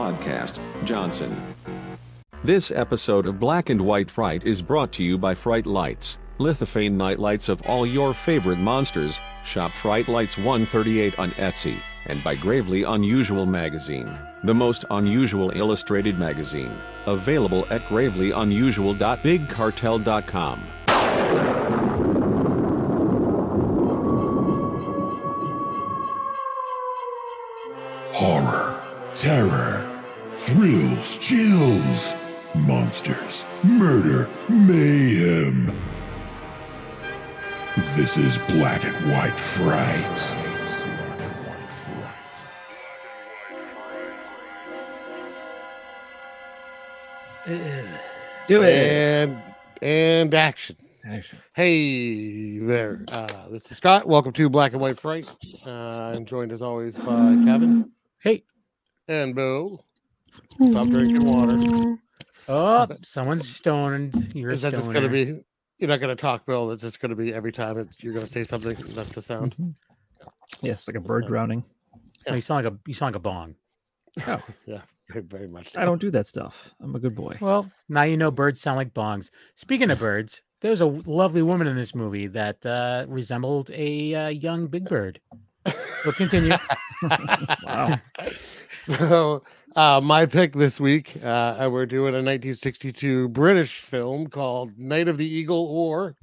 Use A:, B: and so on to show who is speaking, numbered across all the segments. A: podcast, Johnson. This episode of Black and White Fright is brought to you by Fright Lights, lithophane nightlights of all your favorite monsters. Shop Fright Lights 138 on Etsy, and by Gravely Unusual Magazine, the most unusual illustrated magazine. Available at gravelyunusual.bigcartel.com.
B: Horror, terror, thrills, chills, monsters, murder, mayhem. This is Black and White Fright.
C: Do it.
D: And and action.
C: Action.
D: Hey there. Uh, this is Scott. Welcome to Black and White Fright. Uh, I'm joined as always by Kevin.
C: Hey.
D: And Bill. Stop drinking water.
C: Oh, someone's stoned. You're
D: Is that just going to be? You're not going to talk, Bill. That's just going to be every time it's, you're going to say something. That's the sound.
E: Yes, like a bird drowning.
C: No, Oh, you sound like a you sound like a bong.
D: Yeah, very, very much.
E: I don't do that stuff. I'm a good boy.
C: Well, now you know birds sound like bongs. Speaking of birds, there's a w- lovely woman in this movie that uh, resembled a uh, young big bird. So continue.
E: Wow.
D: So, uh, my pick this week, uh, and we're doing a 1962 British film called Night of the Eagle, or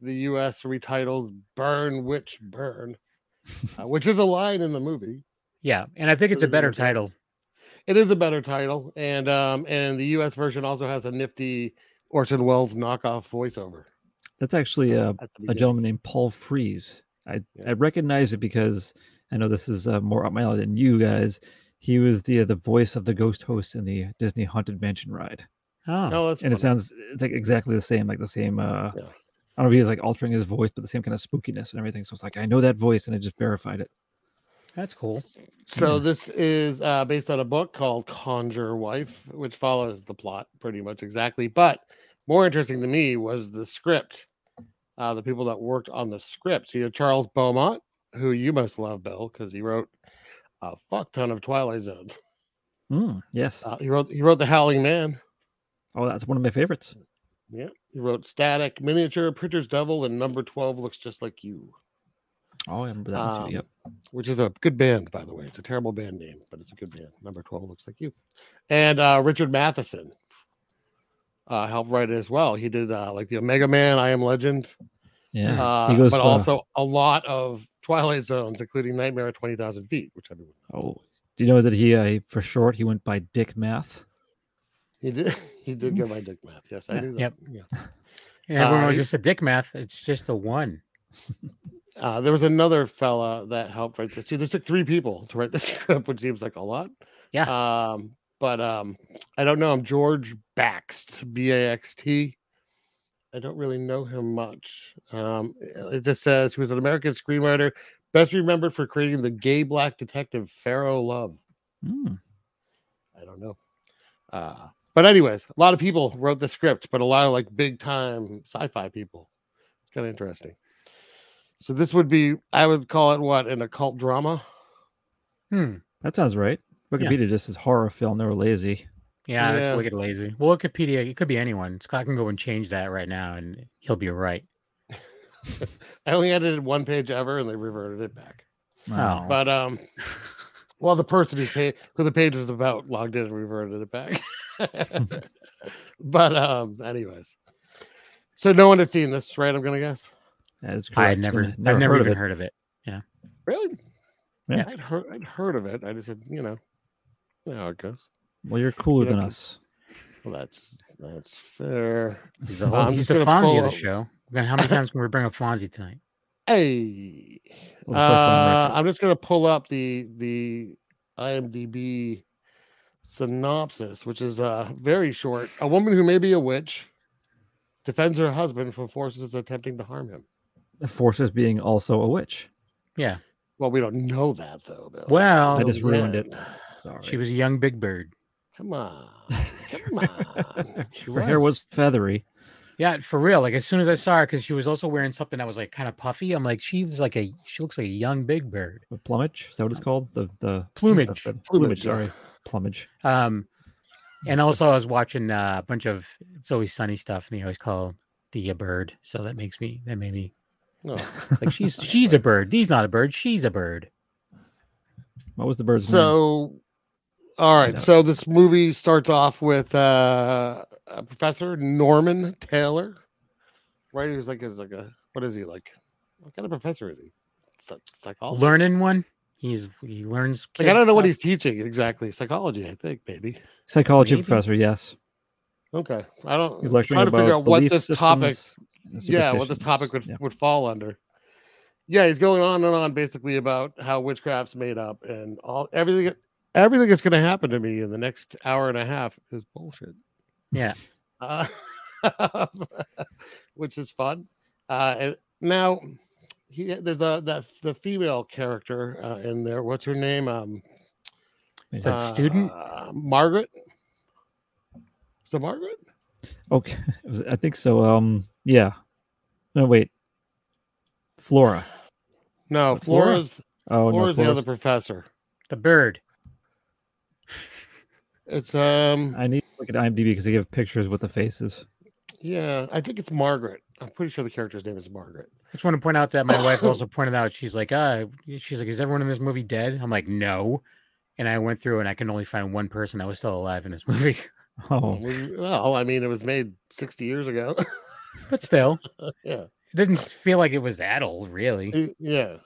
D: the U.S. retitled Burn Witch Burn, uh, which is a line in the movie.
C: yeah, and I think it's a better
D: Pretty
C: title.
D: It is a better title, and um, and the U.S. version also has a nifty Orson Welles knockoff voiceover.
E: That's actually uh,
D: At the
E: a
D: beginning.
E: gentleman named Paul Freeze. I,
D: Oh, Yeah.
E: I recognize it because I know this is uh, more up my alley than you guys. He was the the voice of the ghost host in the Disney Haunted Mansion ride,
C: Oh,
D: Oh, that's
E: and it
D: funny.
E: sounds it's like exactly the same, like the same. Uh,
D: Yeah.
E: I don't know if he was like altering his voice, but the same kind of spookiness and everything. So it's like I know that voice, and I just verified it.
C: that's cool.
D: So this is uh, based on a book called Conjure Wife, which follows the plot pretty much exactly. But more interesting to me was the script, uh, the people that worked on the script. So you have Charles Beaumont, who you must love, Bill, because he wrote a fuck ton of Twilight Zone.
E: Mm, yes.
D: Uh, he wrote he wrote The Howling Man.
E: oh, that's one of my favorites.
D: Yeah, he wrote Static, Miniature, Printer's Devil, and Number Twelve looks just like you,
E: Oh, I remember that one
D: Um,
E: too. Yep.
D: which is a good band, by the way. It's a terrible band name, but it's a good band. Number Twelve looks like you, and uh, Richard Matheson. uh, helped write it as well. He did uh, like the Omega Man, I Am Legend,
E: Yeah.
D: uh,
E: he goes.
D: but
E: uh,
D: also a lot of Twilight Zones, including Nightmare at Twenty Thousand Feet, which everyone
E: oh, do you know that he uh, for short he went by Dick Math?
D: he did. He did get my dick math. Yes, I
E: Mm. Yeah.
D: knew that.
C: Yep.
D: Yeah.
C: And everyone was
D: Uh,
C: just a dick math. It's just a one.
D: Uh, there was another fella that helped write this too. This took three people to write the script, which seems like a lot. Yeah. Um, but um, I don't know him. George Baxt, B A X T. I don't really know him much. Um, it just says he was an American screenwriter, best remembered for creating the gay black detective Pharaoh Love. Hmm.
E: Mm,
D: I don't know. Uh, but anyways, a lot of people wrote the script, but a lot of like big time sci-fi people. It's kind of interesting. So this would be, I would call it what an occult drama.
C: Hmm.
E: that sounds right. Wikipedia just says horror film. They were lazy.
C: Yeah,
D: Yeah.
C: that's wicked lazy. Well, Wikipedia, it could be anyone. Scott can go and change that right now, and he'll be right.
D: I only edited one page ever, and they reverted it back.
E: Uh,
C: Oh,
D: But um, well, the person whose page, who the page was about, logged in and reverted it back. but um, anyways, so no one had seen this, right? I'm gonna guess.
E: that is correct.
C: I had never, I've never even heard of it.
D: Really?
E: Yeah.
D: I'd heard, I'd heard of it. I just said, you know, you know how it goes.
E: Well, you're cooler
D: Yeah,
E: than
D: 'cause-
E: us.
D: Well, that's that's fair.
C: He's the, whole,
D: I'm just
C: he's the
D: gonna
C: Fonzie of
D: pull
C: the
D: up-
C: show. We're gonna- how many times can we bring up Fonzie tonight?
D: Hey,
E: Well, the first one on
D: uh,
E: record.
D: I'm just gonna pull up the the IMDb synopsis, which is uh very short. A woman who may be a witch defends her husband from forces attempting to harm him.
E: The Forces being also a witch.
C: Yeah,
D: Well, we don't know that though. Bill.
C: Well, I
E: just ruined it.
D: Man,
E: Sorry.
C: she was a young big bird.
D: Come on, come on. She
E: Her hair was feathery.
C: Yeah, for real. Like as soon as I saw her, because she was also wearing something that was like kind of puffy. I'm like, she's like a she looks like a young big bird.
E: The plumage. Is that what it's called? The the
C: Plumage.
E: the- the
D: Plumage,
E: Sorry. plumage.
C: Um, and also I was watching uh, a bunch of It's Always Sunny stuff, and they always call Dee a bird. So that makes me that made me
D: No.
C: like she's she's a bird. Dee's not a bird. She's a bird.
E: What was the bird's name?
D: So, all right.
E: know.
D: So this movie starts off with uh, uh, Professor Norman Taylor, right? Who's like is like a what is he like? What kind of professor is he? Psych- Psychologist.
C: Learning one. He's he learns.
D: like I
C: kids
D: don't know what
C: stuff.
D: he's teaching exactly. Psychology, I think maybe.
E: Psychology
C: maybe?
E: professor, yes.
D: Okay, I don't.
E: He's
D: I'm
E: lecturing
D: trying to
E: about
D: figure out what
E: belief
D: this topic.
E: systems and
D: Yeah, what this
E: superstitions.
D: topic would
E: Yeah.
D: would fall under. Yeah, he's going on and on basically about how witchcraft's made up and all everything. Everything that's going to happen to me in the next hour and a half is bullshit.
C: Yeah.
D: uh, which is fun. Uh, and now, he there's a that the female character uh, in there. What's her name? Um,
E: Wait,
C: That student?
D: uh, Margaret. So Margaret.
E: Okay, it was- I think so. Um, yeah. No, wait. Flora.
D: No,
E: Flora?
D: Flora's
E: Oh
D: Flora's
E: no,
D: the
E: Flora's-
D: other professor.
C: the bird.
D: It's um
E: I need to look at IMDb because they give pictures with the faces.
D: yeah, I think it's Margaret. I'm pretty sure the character's name is Margaret.
C: I just want to point out that my wife also pointed out she's like, uh, she's like, is everyone in this movie dead? I'm like, no. And I went through and I can only find one person that was still alive in this movie.
E: Oh,
D: We- Well, I mean, it was made 60 years ago.
C: But still,
D: yeah.
C: it didn't feel like it was that old, really.
D: Y- Yeah.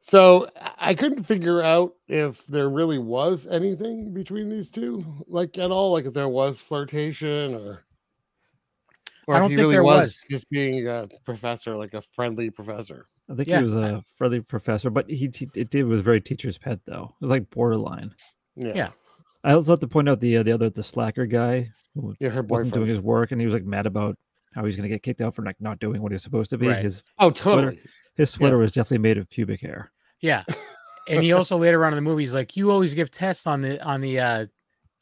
D: So I- I couldn't figure out if there really was anything between these two, like at all, like if there was flirtation or or
C: I
D: if
C: don't
D: he
C: think
D: really
C: there was.
D: just being a professor, like a friendly professor.
E: I think
C: Yeah,
E: he was a friendly professor, but he te- it did was very teacher's pet though, It was like borderline.
D: Yeah.
C: Yeah.
D: Yeah.
E: I also have to point out the uh, the other the slacker guy who
D: her boyfriend.
E: wasn't doing his work and he was like mad about how he's gonna get kicked out for like not doing what he was supposed to be.
C: Right.
E: His
D: oh,
E: sweater-
D: totally.
E: His sweater was definitely made of pubic hair.
C: Yeah. And he also later on in the movie is like, you always give tests on the on the uh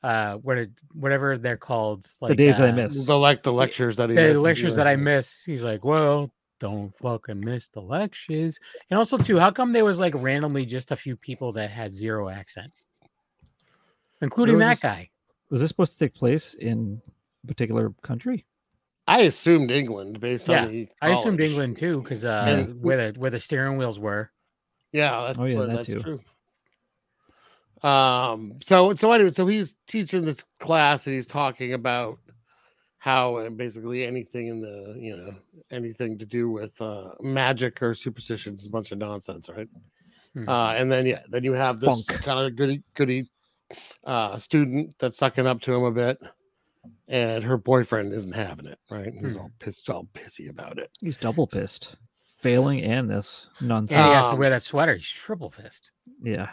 C: uh what it- whatever they're called. Like,
E: the days that I
C: uh,
E: miss.
D: The like the lectures that he
C: The
D: missed.
C: lectures
D: Yeah.
C: that I miss. He's like, well, don't fucking miss the lectures. And also too, how come there was like randomly just a few people that had zero accent? Including
E: was
C: that
E: this-
C: guy.
E: was this supposed to take place in a particular country?
D: I assumed England based
C: Yeah,
D: on the
C: I assumed
D: college.
C: England too, because uh,
D: And-
C: where the where the steering wheels were.
D: Yeah, that's,
E: Oh, yeah,
D: well,
E: that
D: that's
E: too.
D: true. Um, so so anyway, so he's teaching this class and he's talking about how uh, basically anything in the you know anything to do with uh, magic or superstition is a bunch of nonsense, right?
C: Hmm.
D: Uh, and then yeah, then you have this
E: Mm-hmm. Funk.
D: kind of goody goody uh, student that's sucking up to him a bit, and her boyfriend isn't having it, right? He's
C: Hmm.
D: all pissed, all pissy about it.
E: He's double pissed, failing and this nonsense.
C: And he has to
D: Um,
C: wear that sweater. He's triple fist.
E: yeah.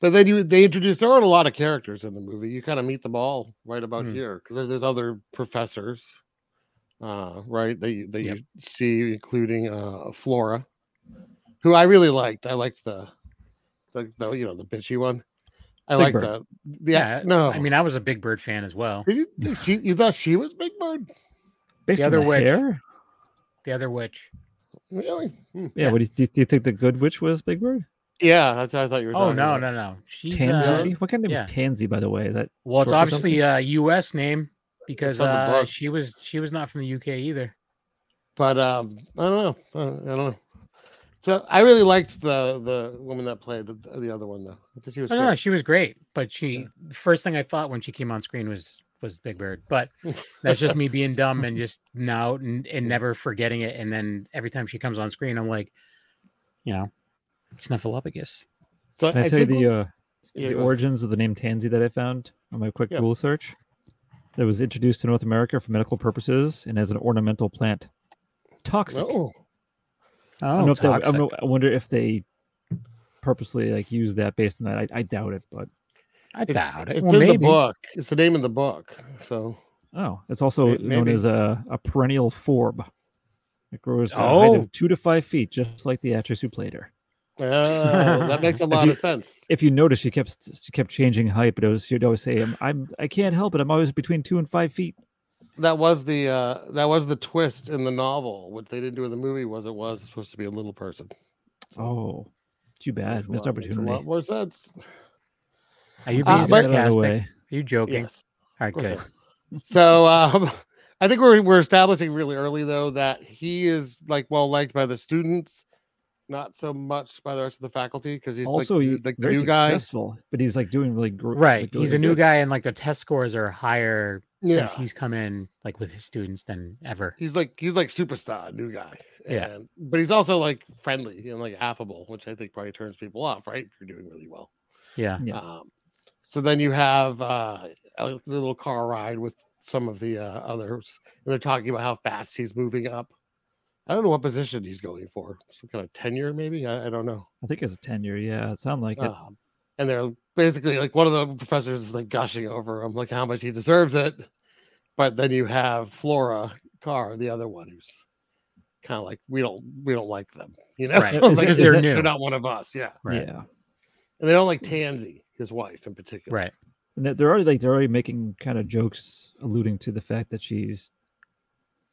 D: But then you they introduce there aren't a lot of characters in the movie. You kind of meet them all right about
C: Hmm.
D: here because there's other professors, uh, right? That you, that
C: Yep.
D: you see, including uh, Flora, who I really liked. I liked the, the, the you know the bitchy one. I
E: Big
D: like
E: Bird.
D: the, the yeah, no.
C: I mean, I was a Big Bird fan as well.
D: Did you think she you thought she was Big Bird?
E: Based
C: other
E: on the
C: witch.
E: hair?
C: The other witch.
D: Really? Hmm.
E: Yeah. What do you, do you- do you think the good witch was Big Bird?
D: Yeah, that's what I thought you were.
C: Oh
D: talking
C: no,
D: about.
C: no, no. She's uh,
E: Tansy? what kind of name
C: yeah.
E: is Tansy, by the way? Is that
C: well, it's
E: short for
C: obviously a U.S. name because
D: on the
C: uh,
D: book.
C: she was she was not from the U.K. either.
D: but um, I don't know. I don't know. So I really liked the the woman that played the, the other one though. I think she was.
C: Oh,
D: great.
C: no, she was great, but she the first thing I thought when she came on screen was was Big Bird. But that's just me being dumb and just now and, and never forgetting it. And then every time she comes on screen, I'm like, you know, snuffleupagus.
D: So
E: Can I, tell you
D: think-
E: the uh,
D: yeah,
E: the
D: go ahead.
E: origins of the name Tansy that I found on my quick
D: Yeah.
E: Google search? That was introduced to North America for medical purposes and as an ornamental plant. Toxic.
D: Oh,
C: Oh,
E: I, don't know if that, I, don't know, I wonder if they purposely like use that based on that. I, I doubt it, but
C: I
D: it's,
C: doubt it.
D: it's
C: Well,
D: in the
C: maybe.
D: book. It's the name of the book. So
E: Oh, it's also
D: It-
E: known
D: maybe.
E: as a, a perennial forb. It grows to a height
C: Oh.
E: of two to five feet, just like the Atrasuplator.
D: oh, that makes a lot
E: you-
D: of sense.
E: If you notice, she kept she kept changing height, but it was, she'd always say, "I'm, I'm I can't help it. I'm always between two and five feet."
D: That was the uh, that was the twist in the novel. What they didn't do in the movie was it was supposed to be a little person.
E: Oh, too bad,
D: Makes a
E: missed
D: lot- makes a lot
E: opportunity.
D: more sense.
C: Are you Ah, being
D: Uh, but-
E: Get out of the
C: sarcastic? Are
E: way.
C: you joking?
D: Yes.
C: All right,
D: course
C: good.
D: So um, I think we're we're establishing really early though that he is like well liked by the students, not so much by the rest of the faculty because he's
E: also,
D: like,
E: he-
D: the- the
E: very
D: new guy.
E: successful, but he's like doing really great.
C: Right. He's a new guy, and like the test scores are higher
D: Yeah,
C: since he's come in like with his students than ever.
D: he's like he's like superstar new guy.
C: Yeah.
D: And- but he's also like friendly and like affable, which I think probably turns people off, right? If you're doing really well.
C: Yeah.
E: Yeah.
D: Um, so then you have uh, a little car ride with some of the uh, others, and they're talking about how fast he's moving up. I don't know what position he's going for. Some kind of tenure, maybe. I, I don't know.
E: I think it's a tenure. Yeah, it sounded like
C: Oh,
E: it.
D: Um, and they're basically like one of the professors is like gushing over him, like how much he deserves it. But then you have Flora Carr, the other one, who's kind of like we don't we don't like them, you know,
C: Right,
D: Like,
E: because
D: they-
E: they're
C: new.
D: They're not one of us, yeah.
C: Right.
E: Yeah,
D: And they don't like Tansy, his wife in particular.
C: Right.
E: and they're- they're already like they're already making kind of jokes alluding to the fact that she's.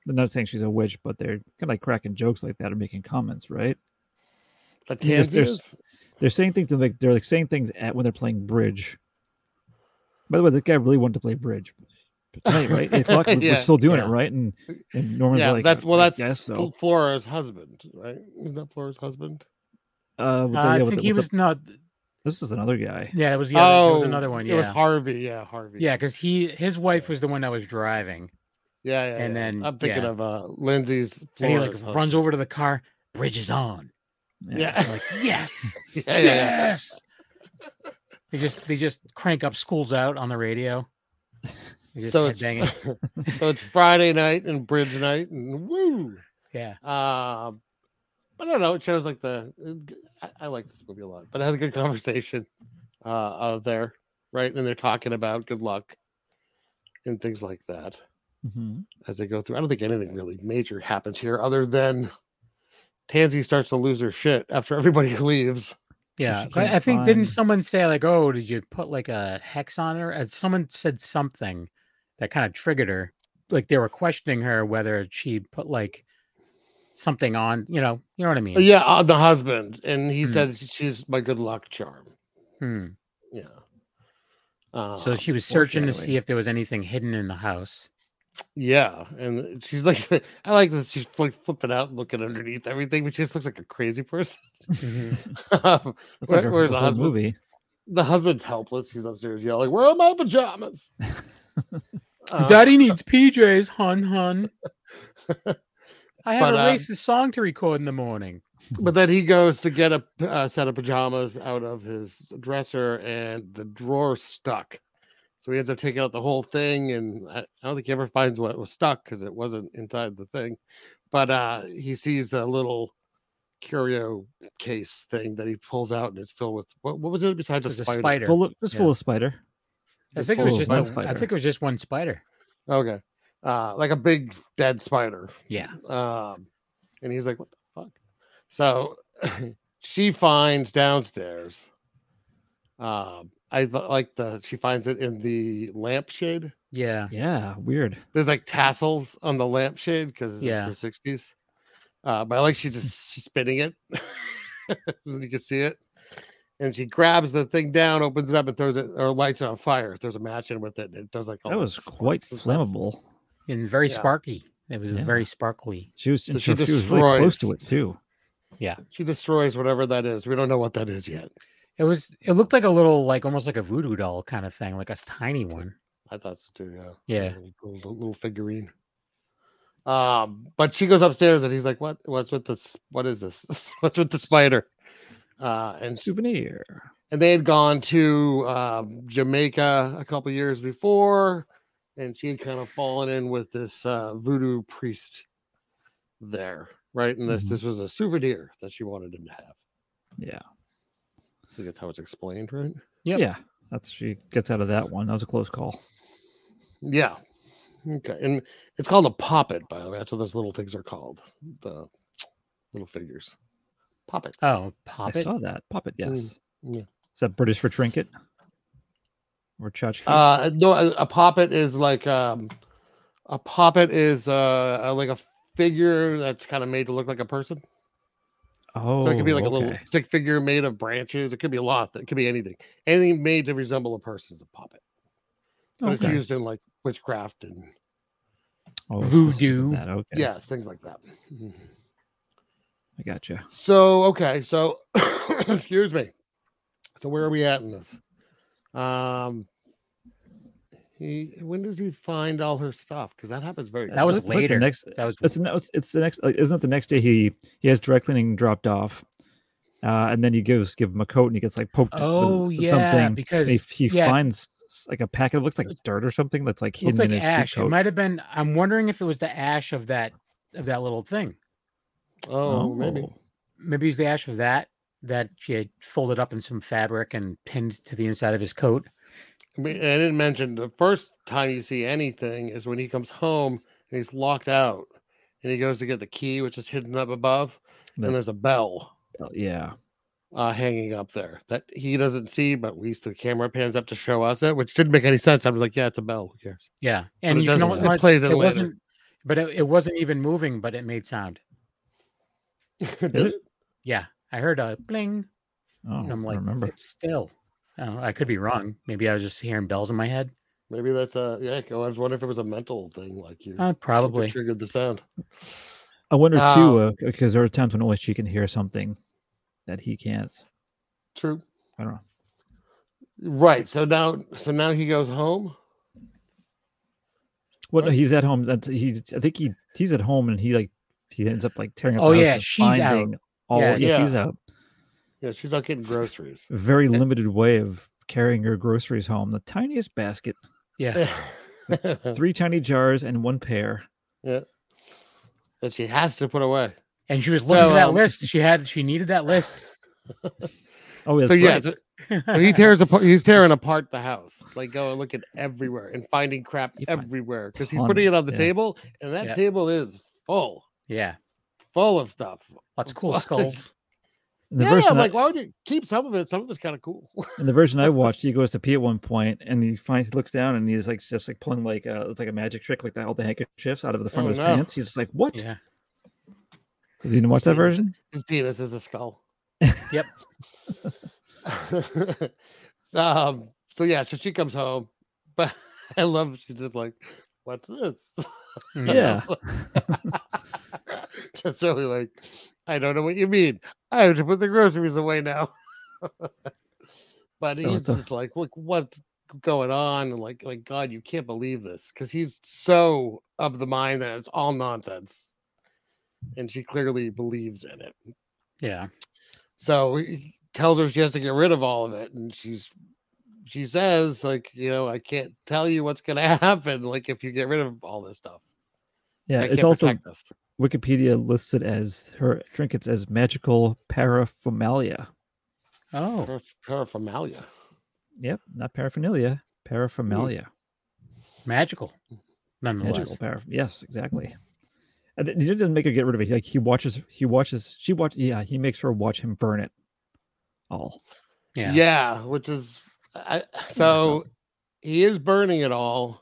E: They're not saying she's a witch, but they're kind of like cracking jokes like that or making comments, right?
D: But
E: Yeah, there's-
D: Tansy
E: there's-
D: is-
E: They're saying things like they're like saying things at when they're playing bridge. By the way, this guy really wanted to play bridge. But tonight, right? Eight o'clock, we-
D: Yeah,
E: we're still doing
C: yeah.
E: it, right? And and Norman's
D: yeah,
E: like,
D: that's well,
E: "I
D: that's
E: guess
D: Fl-
E: so.
D: Flora's husband, right? Isn't that Flora's husband?
E: Uh, with the-
C: Uh, I
E: yeah, with
C: think
E: the-
C: he
E: with
C: was
E: the-
C: not.
E: this is another guy.
C: Yeah, that was the other. there was another one.
D: Oh, It was
C: Yeah.
D: Harvey. Yeah, Harvey.
C: Yeah, because he his wife was the one that was driving,
D: yeah, yeah.
C: and
D: yeah.
C: then-
D: I'm thinking
C: yeah.
D: of uh Lindsay's.
C: and he like
D: Flora's
C: runs
D: husband.
C: over to the car. Bridge is on.
D: Yeah.
C: I'm like yes,
D: Yeah, yeah, yeah.
C: yes. They just they just crank up schools out on the radio. They just
D: So
C: so
D: it's-
C: banging.
D: so it's Friday night and bridge night and woo.
C: Yeah.
D: Um, I don't know. It shows like the. I, I like this movie a lot, but it has a good conversation uh, out there, right? And they're talking about good luck and things like that.
E: hmm
D: as they go through. I don't think anything really major happens here other than Tansy starts to lose her shit after everybody leaves. Uh,
C: Yeah,
E: she
C: but I
E: can't
C: think didn't
E: find-
C: someone say like, "Oh, did you put like a hex on her?" Uh, Someone said something that kind of triggered her. Like they were questioning her whether she put like something on. You know, you know what I mean?
D: Oh, yeah, on the husband. And he
C: Hmm.
D: said she's my good luck charm.
C: Hmm.
D: Yeah. Uh,
C: So she was searching to see
E: foreshadowing.
C: if there was anything hidden in the house.
D: yeah, and she's like, I like this. She's like flipping out, and looking underneath everything, but she just looks like a crazy person.
E: That's like our
D: Um, Where- where's
E: whole
D: the husband?
E: movie.
D: the husband's helpless. He's upstairs yelling, "Where are my pajamas?" Uh,
C: Daddy needs PJs, hun hun. I have
D: But,
C: a
D: um,
C: racist song to record in the morning.
D: But then he goes to get a p- uh, set of pajamas out of his dresser, and the drawer stuck. So he ends up taking out the whole thing, and I, I don't think he ever finds what was stuck because it wasn't inside the thing. But uh, he sees a little curio case thing that he pulls out, and it's filled with what, what was it besides a
C: It was a
D: spider?
C: spider.
E: Full of, just
C: Yeah.
E: full of spider.
C: I
D: Just
C: think it
D: full
C: was
D: of
C: just.
E: one
C: a- I
E: spider.
C: think it was just one spider.
D: Okay, uh, like a big dead spider.
C: Yeah.
D: Um, and he's like, "What the fuck?" So she finds downstairs. Um, I th- like the she finds it in the lampshade.
C: Yeah.
E: Yeah, weird.
D: There's like tassels on the lampshade because it's
C: Yeah.
D: the '60s. Uh, but I like she just she's spinning it. you can see it. And she grabs the thing down, opens it up, and throws it or lights it on fire. Throws a match in with it, and it does like all
E: That was quite
D: sparks and stuff.
E: flammable.
C: And very
D: Yeah.
C: sparky. It was
E: Yeah.
C: very sparkly.
E: She was,
D: So
E: and
D: she
E: she, she was really close to it
D: destroys-
E: too.
D: She destroys whatever that is. We don't know what that is yet.
C: It was. It looked like a little, like almost like a voodoo doll kind of thing, like a tiny one.
D: I thought so too. Yeah.
C: Yeah.
D: A little, cool little- little figurine. Um, but she goes upstairs and he's like, "What? What's with this? What is this? What's with the spider?" Uh, and s-
E: Souvenir.
D: and they had gone to um, Jamaica a couple years before, and she had kind of fallen in with this uh, voodoo priest there, right? And this
E: Mhm.
D: this was a souvenir that she wanted him to have.
E: Yeah.
D: I think that's how it's explained, right?
C: Yep.
E: Yeah. That's she gets out of that one. That was a close call.
D: Yeah. Okay. And it's called a poppet, by the way. That's what those little things are called. The little figures. Poppets.
C: Oh,
E: I
C: poppet.
E: saw that. Puppet, yes.
C: Mm,
D: yeah.
E: Is that British for trinket? Or tchotchke?
D: Uh no, a, a poppet is like um a poppet is uh a- like a figure that's kind of made to look like a person.
E: Oh,
D: So it could be like a little
E: okay.
D: stick figure made of branches. It could be a lot. It could be anything. Anything made to resemble a person is a puppet. But it's
E: Okay.
D: used in like witchcraft and
E: Oh, it's supposed to be
C: voodoo.
E: That. Okay.
D: yes, things like that. Mhm.
E: I gotcha.
D: So okay, so excuse me. So where are we at in this? Um he when does he find all her stuff? Because that happens very
C: That was
E: It's like the
C: later.
E: next,
C: That was
E: It's no, it's, it's the next. Like, isn't it the next day he he has dry cleaning dropped off, uh, and then he gives give him a coat and he gets like poked. with-
C: Oh,
E: with
C: yeah,
E: something.
C: because-
E: and he, he
C: yeah.
E: finds like a packet. It looks like dirt or something that's like hidden
C: looked like
E: in his
C: ash.
E: suit
C: It
E: coat.
C: might have been. I'm wondering if it was the ash of that of that little thing.
D: oh, maybe.
E: Oh.
C: Maybe it was the ash of that that she had folded up in some fabric and pinned to the inside of his coat.
D: I mean, I didn't mention the first time you see anything is when he comes home and he's locked out and he goes to get the key, which is hidden up above,
E: The-
D: and there's a bell
E: Yeah.
D: uh, hanging up there that he doesn't see, but we the camera pans up to show us it, which didn't make any sense. I was like, yeah, it's a bell. Who cares?
C: Yeah, and
D: it
C: you can
D: doesn't-
C: only,
D: it plays it later.
C: wasn't, but it, it wasn't even moving, but it made sound.
D: Did
E: it?
D: it?
C: Yeah, I heard a bling.
E: Oh,
C: and I'm
E: I
C: like,
E: remember.
C: it's still. I, don't know, I could be wrong. Maybe I was just hearing bells in my head.
D: Maybe that's a yeah. I was wondering if it was a mental thing, like you probably
C: Uh, probably.
D: triggered the sound.
E: I wonder
D: Oh.
E: too, because there are times when only she can hear something that he can't.
D: True.
E: I don't know.
D: Right. So now, so now he goes home.
E: Well, no,
D: What?
E: he's at home. That's he. I think he he's at home and he like he ends up like tearing up.
C: Oh,
E: the house
C: yeah,
E: and
C: she's out.
E: finding All, yeah,
C: Yeah.
E: she's out.
D: Yeah, she's out getting groceries.
E: Very
D: Yeah.
E: limited way of carrying your groceries home. The tiniest basket,
C: Yeah,
D: that
E: three tiny jars, and one pear.
D: she has to put away.
C: and she was looking for
D: So,
C: that
D: um,
C: list. She had. She needed that list.
E: Oh, that's
D: so yeah,
E: right.
D: so, so he tears apart. He's tearing apart the house, like going looking everywhere and finding crap
E: He finds
D: everywhere because he's putting it
E: tons,
D: on the
E: yeah.
D: table, and that
C: Yeah.
D: table is full,
C: yeah,
D: full of stuff.
C: lots of cool
D: What?
C: skulls.
E: And the
D: yeah,
E: version
D: I'm
E: I-
D: like, why would you keep some of it? Some of it's kind of cool.
E: in the version I watched, he goes to pee at one point, and he finds he looks down, and he's like just like pulling like uh, it's like a magic trick, like the, all the handkerchiefs out of the front
D: Oh,
E: of his
D: no.
E: pants. He's just like, what?
C: Yeah,
E: Did you watch that
D: It's-
E: version?
D: His penis is a skull.
C: Yep.
D: um, so yeah, so she comes home, but I love she's just like, What's this?
C: Mhm.
E: Yeah.
D: just really like, I don't know what you mean. I have to put the groceries away now. but
E: So
D: he's
E: it's a-
D: just like, look, what's going on? And like, like, God, you can't believe this. Because he's so of the mind that it's all nonsense. And she clearly believes in it.
C: yeah.
D: So he tells her she has to get rid of all of it, and she's she says like you know I can't tell you what's gonna happen like if you get rid of all this stuff.
E: Yeah,
D: I
E: it's
D: can't
E: also
D: protect us.
E: Wikipedia lists it as her trinkets as magical paraphernalia.
C: Oh,
D: Paraph- paraphernalia.
E: Yep, not paraphernalia, paraphernalia.
C: magical.
D: Hmm.
C: Nonetheless,
E: Magical parapher. Yes, exactly. And th- he doesn't make her get rid of it. He, Like he watches, he watches, she watch. Yeah, he makes her watch him burn it. All.
D: Yeah.
C: yeah.
D: which is I, so he is burning it all,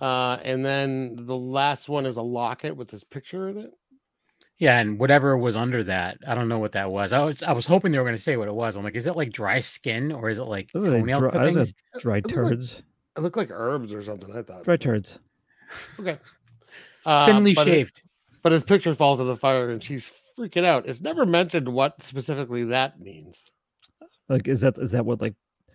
D: uh, and then the last one is a locket with his picture in it.
C: Yeah, and whatever was under that, I don't know what that was. I was I was hoping they were going to say what it was. I'm like, is it like dry skin or is it like
E: Those are, like,
C: toenail
E: dry, those
C: clippings?
E: are dry
D: Those are like-
E: turds.
D: It looked like herbs or something. I thought
E: Dry turds.
D: Okay, uh,
C: Thinly
D: but it-
C: shaved.
D: but his picture falls in the fire and she's freaking out. It's never mentioned what specifically that means.
E: Like, is that is that what like?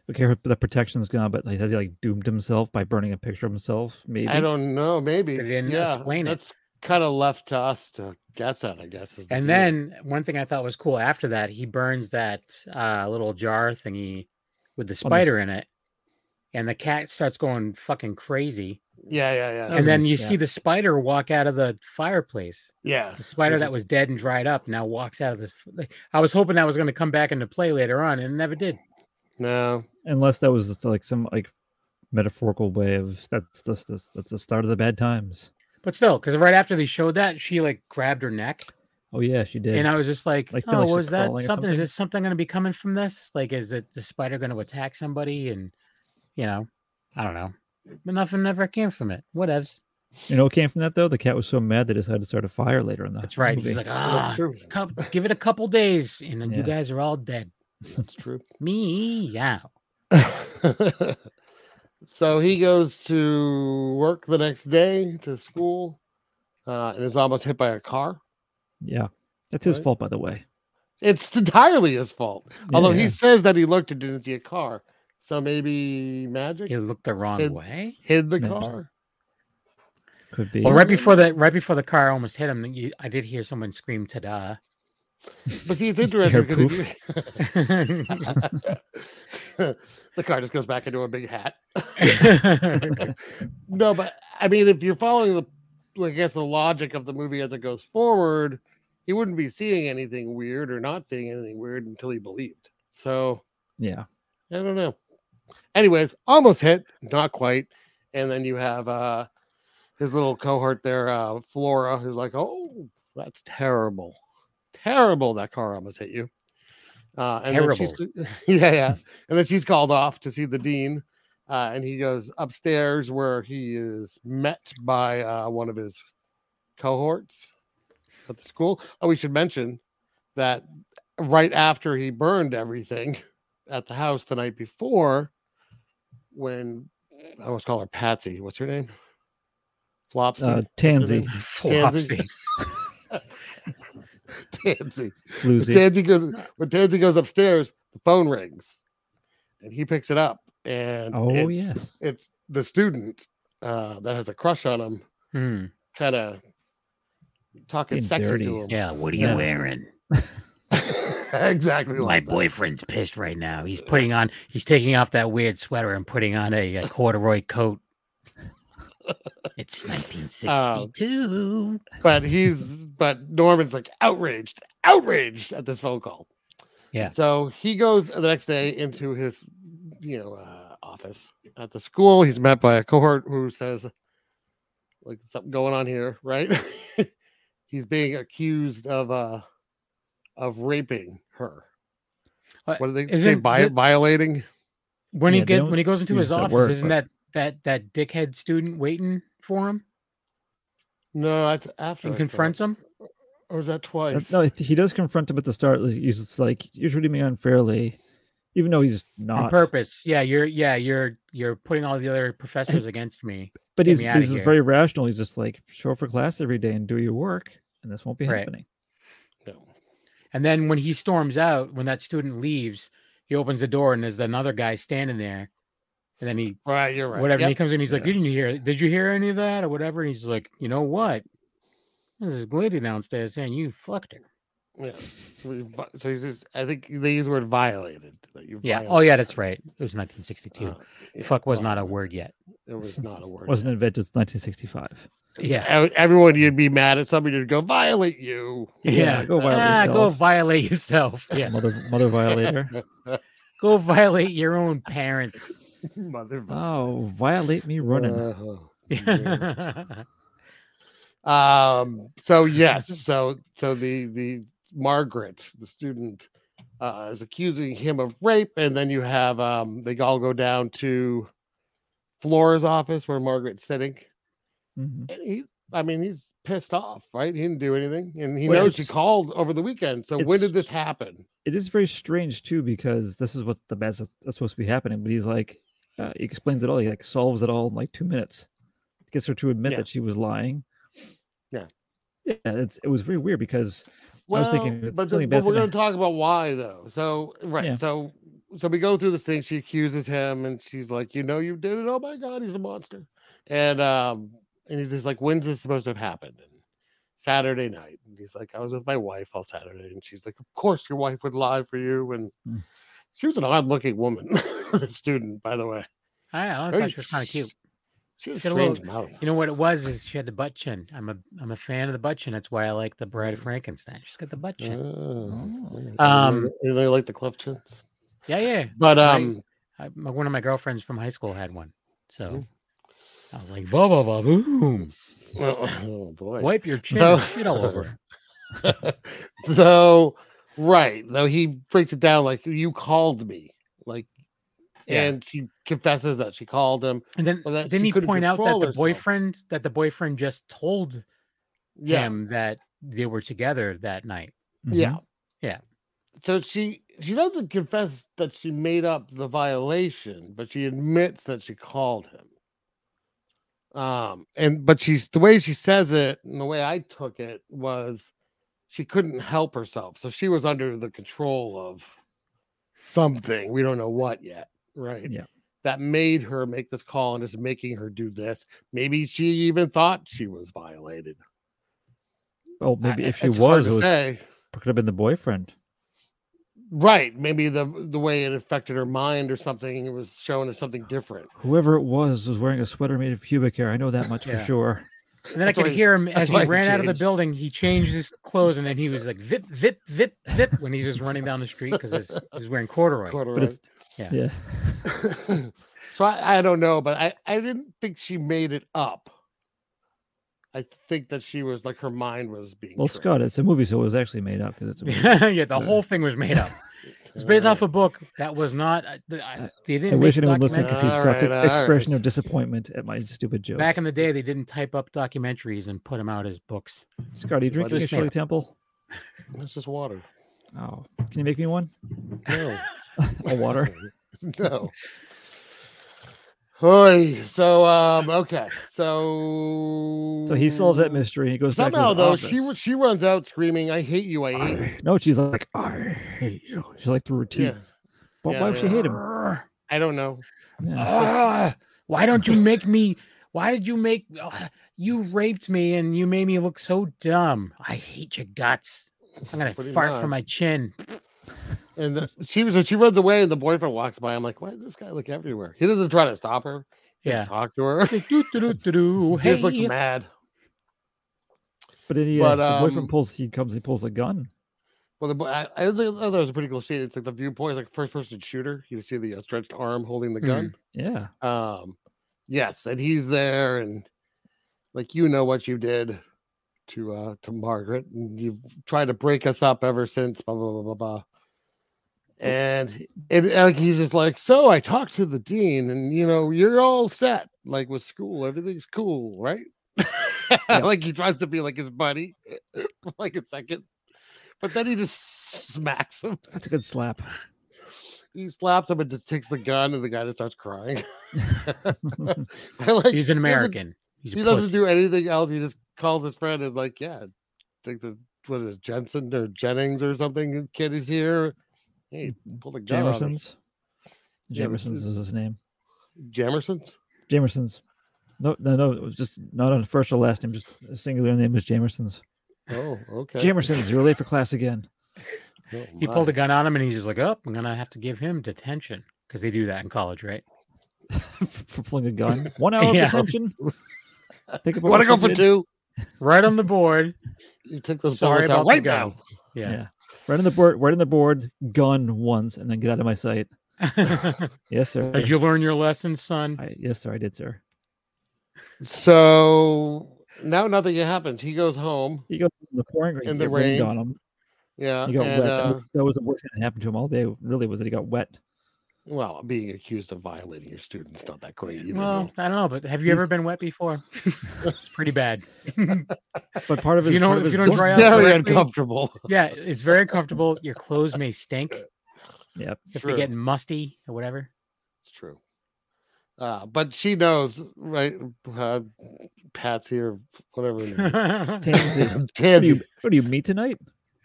E: Okay, her- the protection's gone, but like, has he like doomed himself by burning a picture of himself? Maybe.
D: I don't know. Maybe
C: They didn't
D: yeah,
C: explain it.
D: that's kind of left to us to guess at. I guess. Is the
C: And
D: deal.
C: then one thing I thought was cool after that, he burns that uh, little jar thingy with the spider in it, and the cat starts going fucking crazy.
D: yeah, yeah,
E: That
D: yeah,
C: and
E: was
C: then
E: nice,
C: you
E: yeah.
C: see the spider walk out of the fireplace.
D: yeah.
C: The spider
D: Which
C: that
D: is-
C: was dead and dried up now walks out of this. like, I was hoping that was going to come back into play later on, and it never did.
D: No,
E: Unless that was just, like some like metaphorical way of that's that's that's, that's the start of the bad times.
C: But still, because right after they showed that, she like grabbed her neck,
E: Oh yeah, she did.
C: and I was just like,
E: Like, felt
C: "Oh,
E: like she was
C: was that
E: crawling
C: something?
E: or
C: Is
E: something?
C: this something going to be coming from this? Like, is it the spider going to attack somebody?" And you know, I don't know. But nothing ever came from it. Whatevs.
E: You know what came from that though? The cat was so mad they decided to start a fire later in the
C: That's right.
E: movie.
C: He's like, ah,
D: true.
C: couple, give it a couple days, and then you
E: Yeah.
C: guys are all dead.
D: That's true.
C: Me, yeah. Ah.
D: so he goes to work the next day to school uh, and is almost hit by a car.
E: yeah. That's his
D: Right.
E: fault, by the way.
D: It's entirely his fault. Although
E: Yeah.
D: he says that he looked and didn't see a car. So maybe magic
C: It looked the wrong
D: It's-
C: way.
D: hid the
E: Maybe.
D: car.
E: could be.
C: Well, right before the right before the car almost hit him, you, I did hear someone scream "ta-da."
D: But see, it's interesting because if you- the car just goes back into a big hat. No, but I mean, if you're following the, like, I guess the logic of the movie as it goes forward, he wouldn't be seeing anything weird or not seeing anything weird until he believed. So
E: yeah.
D: I don't know. Anyways, almost hit, not quite, and then you have uh his little cohort there, uh Flora, who's like, "Oh, that's terrible, terrible! That car almost hit you." Uh, and then she's, yeah, yeah, and then she's called off to see the dean, uh, and he goes upstairs where he is met by uh, one of his cohorts at the school. Oh, we should mention that right after he burned everything at the house the night before when I almost call her Patsy. What's her name? Flopsy.
E: Uh, Tansy
C: Flopsy.
D: Tansy. When
E: floozy.
D: Tansy goes when Tansy goes upstairs, the phone rings and he picks it up. And
E: Oh
D: it's,
E: yes.
D: it's the student uh, that has a crush on him,
C: Hmm,
D: kind of talking
E: Being
D: sexy
E: dirty.
D: to him.
C: yeah, what are
E: Yeah.
C: wearing?
D: exactly.
C: My
D: like that.
C: boyfriend's pissed right now. He's putting on, he's taking off that weird sweater and putting on a, uh, corduroy coat. It's 1962.
D: but he's but Norman's like outraged, outraged at this phone call.
C: Yeah.
D: So he goes the next day into his, you know, uh, office at the school. He's met by a cohort who says, "Like something going on here, right?" he's being accused of uh of raping her.
C: Uh,
D: What do they say?
C: isn't
D: Vi-
C: the-
D: violating?
C: when
E: Yeah,
C: he
E: they
C: get
E: don't
C: when he goes into
E: use
C: his
E: that
C: office,
E: word,
C: isn't that that that dickhead student waiting for him
D: No, that's after
C: and
D: the fact.
C: confronts him?
D: Or is that twice?
E: That's- No, he does confront him at the start. like, He's just like, "You're treating me unfairly," even though he's
C: on
E: not.
C: purpose. Yeah, you're yeah, you're you're putting all the other professors against me.
E: But
C: Get
E: he's
C: me outta
E: he's just
C: here.
E: very rational. He's just like, "Show up for class every day and do your work, and this won't be
C: Right.
E: happening."
D: No.
C: And then when he storms out, when that student leaves, he opens the door and there's another guy standing there. And then he
D: Right, you're right.
C: whatever and
D: Yep.
C: he comes in, he's like, Didn't you hear did you hear any of that or whatever? And he's like, You know what? There's this lady downstairs saying you fucked her.
D: Yeah. So you vi- so he says, I think they use the word violated. That you
C: Yeah. Oh
D: violated
C: yeah, that's
D: her.
C: right. It was 1962.
D: Uh, yeah,
C: Fuck was not a
D: violated.
C: word yet.
D: It was not a word.
E: Wasn't invented until 1965.
C: Yeah.
D: Ev- Everyone, you'd be mad at somebody to go violate you.
C: Yeah.
E: go violate
C: Ah, go
E: yourself.
C: violate yourself. Yeah.
E: Mother mother violator.
C: go violate your own parents.
D: Mother.
E: oh, violate me
D: Uh,
E: running.
D: Uh-huh.
C: yeah.
D: um. So yes. So so the the Margaret, the student, uh, is accusing him of rape, and then you have um. They all go down to Flora's office where Margaret's sitting.
E: Mhm.
D: And he, I mean, he's pissed off, right? He didn't do anything, and he
E: Well,
D: knows she
E: it's-
D: called over the weekend. So when
E: it's-
D: did this happen?
E: It is very strange too because this is what the best that's, that's supposed to be happening. But he's like, uh, he explains it all. He like solves it all in like two minutes. Gets her to admit
D: Yeah.
E: that she was lying.
D: Yeah.
E: Yeah, it's it was very weird because
D: Well,
E: thinking it's
D: but, the-
E: something
D: but
E: bad's
D: we're
E: gonna-
D: going to talk about why though. So right,
E: Yeah.
D: so so we go through this thing. She accuses him, and she's like, "You know, you did it. Oh my God, he's a monster." And um, and he's just like, "When's this supposed to have happened?" And Saturday night, and he's like, "I was with my wife all Saturday," and she's like, "Of course, your wife would lie for you." And
E: Mm.
D: she was an odd-looking woman, the student, by the way.
C: I I
D: Very
C: thought she was kind of cute.
D: She was
C: She had a little-
D: strange mouth.
C: You know what it was is she had the butt chin. I'm a I'm a fan of the butt chin. That's why I like the Bride of Frankenstein. She's got the butt chin.
D: Uh-huh.
C: Um,
D: Um, they like the cleft chins,
C: Yeah, yeah.
D: but
C: Right.
D: um,
C: I, my, one of my girlfriends from high school had one,
D: Mm-hmm.
C: so I was like, va va va boom,
D: well, oh boy,
C: wipe your chin
D: No.
C: and shit all over. it."
D: so right though he breaks it down like you called me, like
C: Yeah.
D: and she confesses that she called him.
C: And then
D: Well, that
C: didn't
D: she
C: he
D: couldn't
C: point out that
D: control
C: the
D: herself.
C: boyfriend that the boyfriend just told
D: Yeah,
C: him that they were together that night?
D: yeah,
C: Yeah.
D: So she she doesn't confess that she made up the violation, but she admits that she called him. Um, and but she's the way she says it, and the way I took it was she couldn't help herself, so she was under the control of something we don't know what yet, right?
E: Yeah.
D: That made her make this call and is making her do this. Maybe she even thought she was violated.
E: Oh,
D: I-
E: maybe if she
D: it's hard
E: was,
D: to
E: it was
D: say.
E: could have been the boyfriend.
D: Right. Maybe the the way it affected her mind or something, it was showing us something different.
E: Whoever it was was wearing a sweater made of pubic hair. I know that much
C: Yeah.
E: for sure.
C: And then
D: That's
C: I
D: why
C: could
D: he's-
C: hear him
D: that's
C: as
D: why
C: he
D: he
C: ran out of the
D: changed.
C: building. He changed his clothes and then he was like vip, vip, vip, vip when he was running down the street because he was wearing corduroy.
E: But
D: Corduroy.
E: it's
C: Yeah.
E: yeah.
D: so I, I don't know, but I, I didn't think she made it up. I think that she was like her mind was being
E: Well,
D: tricked.
E: Scott, it's a movie, so it was actually made up because it's a movie.
C: yeah, the whole thing was made up. It's based
D: Uh,
C: off a book that was not. I, th- I,
E: I-
C: they
E: I
C: didn't.
E: wish
C: make
E: anyone listening could see
D: documentary.
C: documentaries.
D: All
E: Scott's
D: right, all
E: expression
D: right.
E: of disappointment at my stupid joke.
C: Back in the day, they didn't type up documentaries and put them out as books.
E: Scott, are you drinking
D: is
E: a Shirley Temple?
D: That's just water.
E: Oh, can you make me one?
D: No.
E: A water.
D: no. Hoy. So um okay. So
E: So he solves that mystery. And he goes
D: Mm. Somehow
E: back to
D: though,
E: his
D: she
E: office.
D: she runs out screaming, I hate you, I hate you.
E: "Arr." No, she's like, I hate you. She's like through her teeth.
D: Yeah.
E: But
D: Yeah,
E: why would she
D: yeah.
E: hate him?
D: I don't know.
E: Yeah.
C: Ah, why don't you make me? Why did you make? ah, you raped me and you made me look so dumb. I hate your guts. I'm gonna
D: Pretty
C: fart
D: much.
C: from my chin.
D: And the, she was she runs away, and the boyfriend walks by. I'm like, why does this guy look everywhere? He doesn't try to stop her. He doesn't
C: Yeah.
D: talk to her.
C: Like, doo, doo, doo, doo, doo,
D: He just looks
C: hey.
D: mad.
E: But then he,
D: But,
E: uh, the
D: um,
E: boyfriend pulls. He comes. He pulls a gun.
D: Well, the, bo- I, I think I thought it was a pretty cool scene. It's like the viewpoint, is like first person shooter. You see the uh, stretched arm holding the
C: Mhm.
D: gun.
E: Yeah.
D: Um, yes, and he's there, and like you know what you did to uh to Margaret, and you've tried to break us up ever since. Blah blah blah blah blah. And and like he's just like, so I talked to the dean, and you know you're all set, like with school, everything's cool, right? like he tries to be like his buddy, for, like a second, but then he just smacks him.
E: That's a good slap.
D: He slaps him and just takes the gun, and the guy just starts crying. I like
C: He's an American. He's a
D: he doesn't
C: pussy.
D: do anything else. He just calls his friend and is like, yeah, take the what is it, Jensen or Jennings or something? His Kid is here. Hey,
C: Mm-hmm.
D: pull the gun. on us."
E: Jamersons.
D: Yeah, this
E: Jamersons is his name.
D: Jamerson's?
E: Jamersons. No, no, no. It was just not on first or last name. Just a singular name was Jamersons.
D: Oh, okay.
E: Jamersons, you're late for class again.
D: Oh,
C: He pulled
D: my.
C: a gun on him and he's just like, oh, I'm gonna have to give him detention because they do that in college, right?
E: for pulling a gun. One hour
C: Yeah.
E: of detention. Think about
D: Wanna
E: what
D: go
E: you
D: for
E: did.
D: two?
C: Right on the board.
D: You take those
C: Sorry
D: bullets out
C: about the
D: right
C: gun.
D: now.
E: Yeah.
C: Yeah.
E: Right on the board. Right on the board. Gun once, and then get out of my sight. Yes, sir.
C: Did you learn your lesson, son?
E: I, yes, sir. I did, sir.
D: So now nothing happens. He goes home.
E: He goes in the pouring rain.
D: In the
E: it rained
D: rain.
E: on him.
D: Yeah.
E: He got
D: and
E: wet. That
D: uh,
E: was- that was the worst thing that happened to him all day. Really, was that he got wet?
D: well, being accused of violating your students not that great either.
C: Well,
D: no.
C: I don't know, but have you
E: He's-
C: ever been wet before? it's pretty bad.
E: But part of
C: If
E: his
C: you don't-
E: part of
C: if you
E: his
C: don't
E: work-
C: dry out
D: very
C: correctly.
D: uncomfortable.
C: Yeah, it's very uncomfortable. Your clothes may stink
E: Yep.
C: if
D: True.
C: they get musty or whatever.
D: It's true. Uh, but she knows, right? Uh, Patsy or whatever. her name is.
E: Tansy. What do,
D: Tansy.
E: you, what do you meet tonight?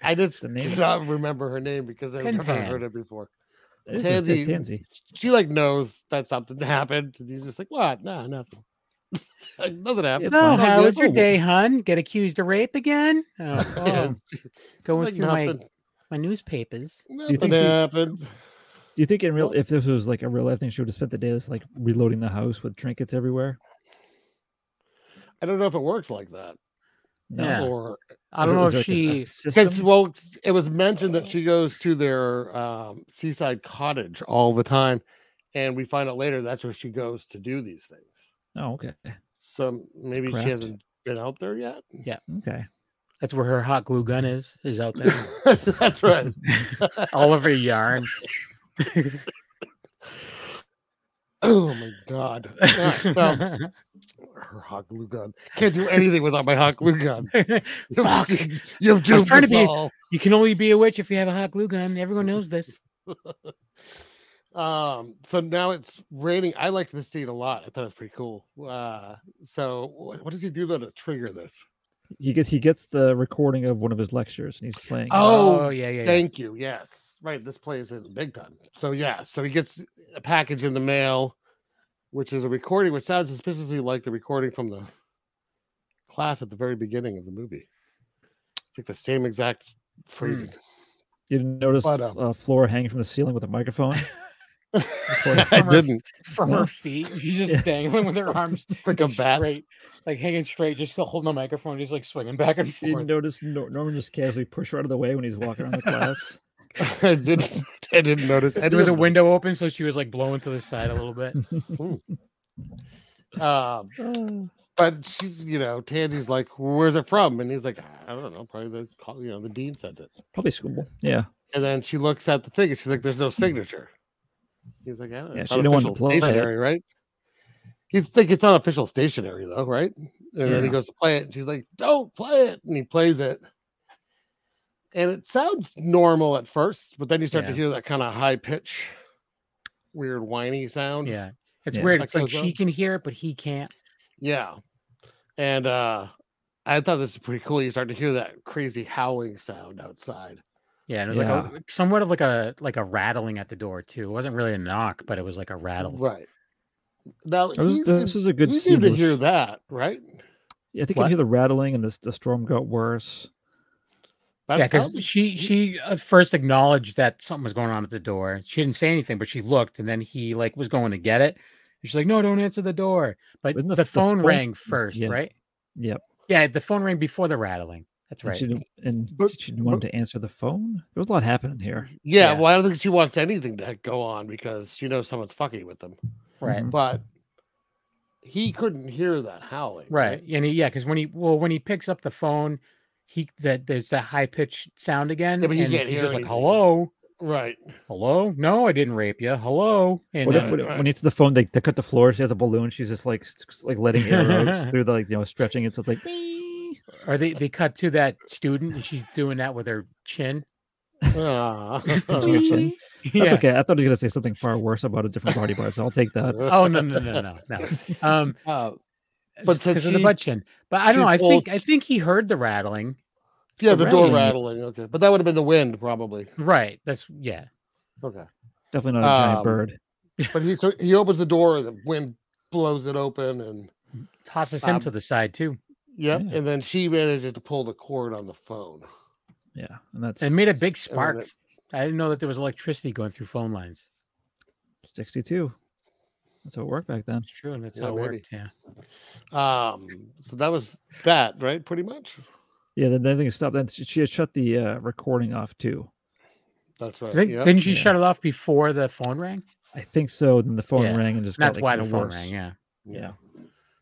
D: I just
E: the name?
D: could not remember her name because I've never
C: Pinpan.
D: heard it before.
E: This is Ted
D: Tansy.
E: Tansy.
D: She like knows that something happened, and he's just like, "What? No, nothing. Like, nothing happened."
E: It's
C: so,
E: fine.
C: how was your
E: Oh.
C: day, hun? Get accused of rape again? Oh,
D: Yeah,
C: oh, going
D: like
C: through my,
D: nothing.
C: my newspapers.
D: Nothing
E: think she-
D: happened.
E: Do you think in real, if this was like a real life thing, she would have spent the day just like reloading the house with trinkets everywhere?
D: I don't know if it works like that.
E: No.
C: Yeah.
D: Or
C: I
E: Is
C: don't
E: it-
C: know
E: was
C: if
E: there, like, a
C: she.
D: because
E: system?
D: well, it was mentioned
C: Oh.
D: that she goes to their um, seaside cottage all the time, and we find out later that's where she goes to do these things.
E: Oh, okay.
D: So maybe
E: craft.
D: she hasn't been out there yet.
E: Okay.
C: That's where her hot glue gun is. Is out there
D: that's right.
C: all of her yarn.
D: Oh my god. Yeah, so, her hot glue gun. Can't do anything without my hot glue gun.
C: Fuck.
D: You've
C: I was
D: doomed
C: trying to
D: us
C: be-
D: all.
C: You can only be a witch if you have a hot glue gun. Everyone knows this.
D: Um, so now it's raining. I liked this scene a lot. I thought it was pretty cool. Uh, so what, what does he do though to trigger this?
E: He gets he gets the recording of one of his lectures and he's playing. it.
D: Oh,
C: yeah, yeah. yeah.
D: Thank you. Yes. Right. This plays in big time. So yeah. So he gets a package in the mail, which is a recording, which sounds suspiciously like the recording from the class at the very beginning of the movie. It's like the same exact
C: Hmm.
D: phrasing.
E: You didn't notice
D: But, um,
E: uh, Flora hanging from the ceiling with a microphone. Recording.
D: I
C: From her-
D: didn't.
C: From
E: Yeah.
C: her feet, she's just
E: Yeah.
C: dangling with her arms
D: Like a bat.
C: straight, like hanging straight, just still holding the microphone, just like swinging back and
E: you didn't
C: forth.
E: notice Nor- Norman just casually push her out of the way when he's walking around the class.
D: I didn't. I didn't notice.
C: There was a
D: window.
C: window open, so she was like blowing to the side a little bit.
D: Um, but she, you know, Tandy's like, "Where's it from?" And he's like, "I don't know. Probably the co- you know the dean sent it."
E: Probably school. Yeah.
D: And then she looks at the thing and she's like, "There's no signature." He's like, "I don't know.
E: Yeah,
D: it's
E: she
D: not
E: didn't want to
D: official
E: blow that.
D: stationery, right?" He's like, "It's not official stationery, though, right?" And then he
E: Yeah.
D: goes to play it, and she's like, "Don't play it," and he plays it. And it sounds normal at first, but then you start to
C: Yeah.
D: hear that kind of high pitch, weird whiny sound.
C: Yeah, it's
E: Yeah.
C: weird.
D: That
C: It's like uh,
D: goes
C: she
D: on.
C: can hear it, but he can't.
D: Yeah. And uh I thought this was pretty cool. You start to hear that crazy howling sound outside.
C: Yeah, and it was like
E: Yeah.
C: a, somewhat of like a like a rattling at the door too. It wasn't really a knock, but it was like a rattle.
D: Right. Now
E: This
D: he
E: is, this
D: seemed-
E: is a good
D: he
E: scene.
D: seemed to
E: with-
D: hear that, right?
E: Yeah, I think
C: What?
E: I hear the rattling and the, the storm got worse.
D: That-
C: yeah,
D: that'll be-
C: because she she uh, first acknowledged that something was going on at the door. She didn't say anything, but she looked, and then he like was going to get it. And she's like, "No, don't answer the door." But
E: Wasn't
C: the,
E: the- the
C: phone
E: phone-
C: rang first,
E: yeah.
C: right?
E: Yep.
C: Yeah, the phone rang before the rattling. That's
E: And
C: right.
E: she didn't, and
D: But-
E: she didn't want him to answer the phone. There was a lot happening here.
D: yeah,
C: yeah.
D: well, I don't think she wants anything to go on because she knows someone's fucking with them.
C: Right.
E: Mhm.
D: But he couldn't hear that howling.
C: Right. And he, yeah, because when he well when he picks up the phone, he that there's that high pitched sound again.
D: Yeah, but he
C: and
D: can't
C: he's
D: hear
C: just like,
D: anything.
C: "Hello,
D: Right.
C: hello, no, I didn't rape you. Hello." And
E: What
C: uh,
E: if, what if- when it's the phone, they, they cut the floor. She has a balloon. She's just like s- like letting air out through the like you know stretching it. So it's like "Bing."
C: or they they cut to that student, and she's doing that with her chin.
D: Ah.
E: Into her chin.
C: yeah.
E: That's okay. I thought he was gonna say something far worse about a different body part, so I'll take that.
C: Oh no no no no no. Um,
D: Uh, But
C: but
D: so
C: because of the
D: she-
C: butt chin. But I don't
D: she
C: know. I think I
D: pulls-
C: think he heard the rattling.
D: yeah, the,
E: The
D: door
E: rattling.
D: rattling. Okay. But that would have been the wind, probably.
C: Right. That's yeah.
D: Okay.
E: Definitely not a giant
D: Um,
E: bird.
D: But he so he opens the door and the wind blows it open and
C: Tosses him
D: Um,
C: to the side too,
D: Yep.
E: Yeah.
D: And then she manages to pull the cord on the phone.
E: Yeah, and that's
C: and made a big spark. I didn't know that there was electricity going through phone lines.
E: sixty-two. That's how it worked back then.
C: It's true, and that's
D: Yeah,
C: how it
D: maybe.
C: worked. Yeah.
D: Um, so that was that, right? Pretty much.
E: Yeah, then then thing stopped. Then she- she had shut the uh, recording off too.
D: That's
C: I
D: right.
C: think,
D: yep.
C: Didn't she
E: Yeah.
C: shut it off before the phone rang?
E: I think so. Then the phone
C: Yeah,
E: rang and just
C: That's
E: got, like,
C: why the
E: even
C: phone
E: worse.
C: rang. Yeah.
E: Yeah.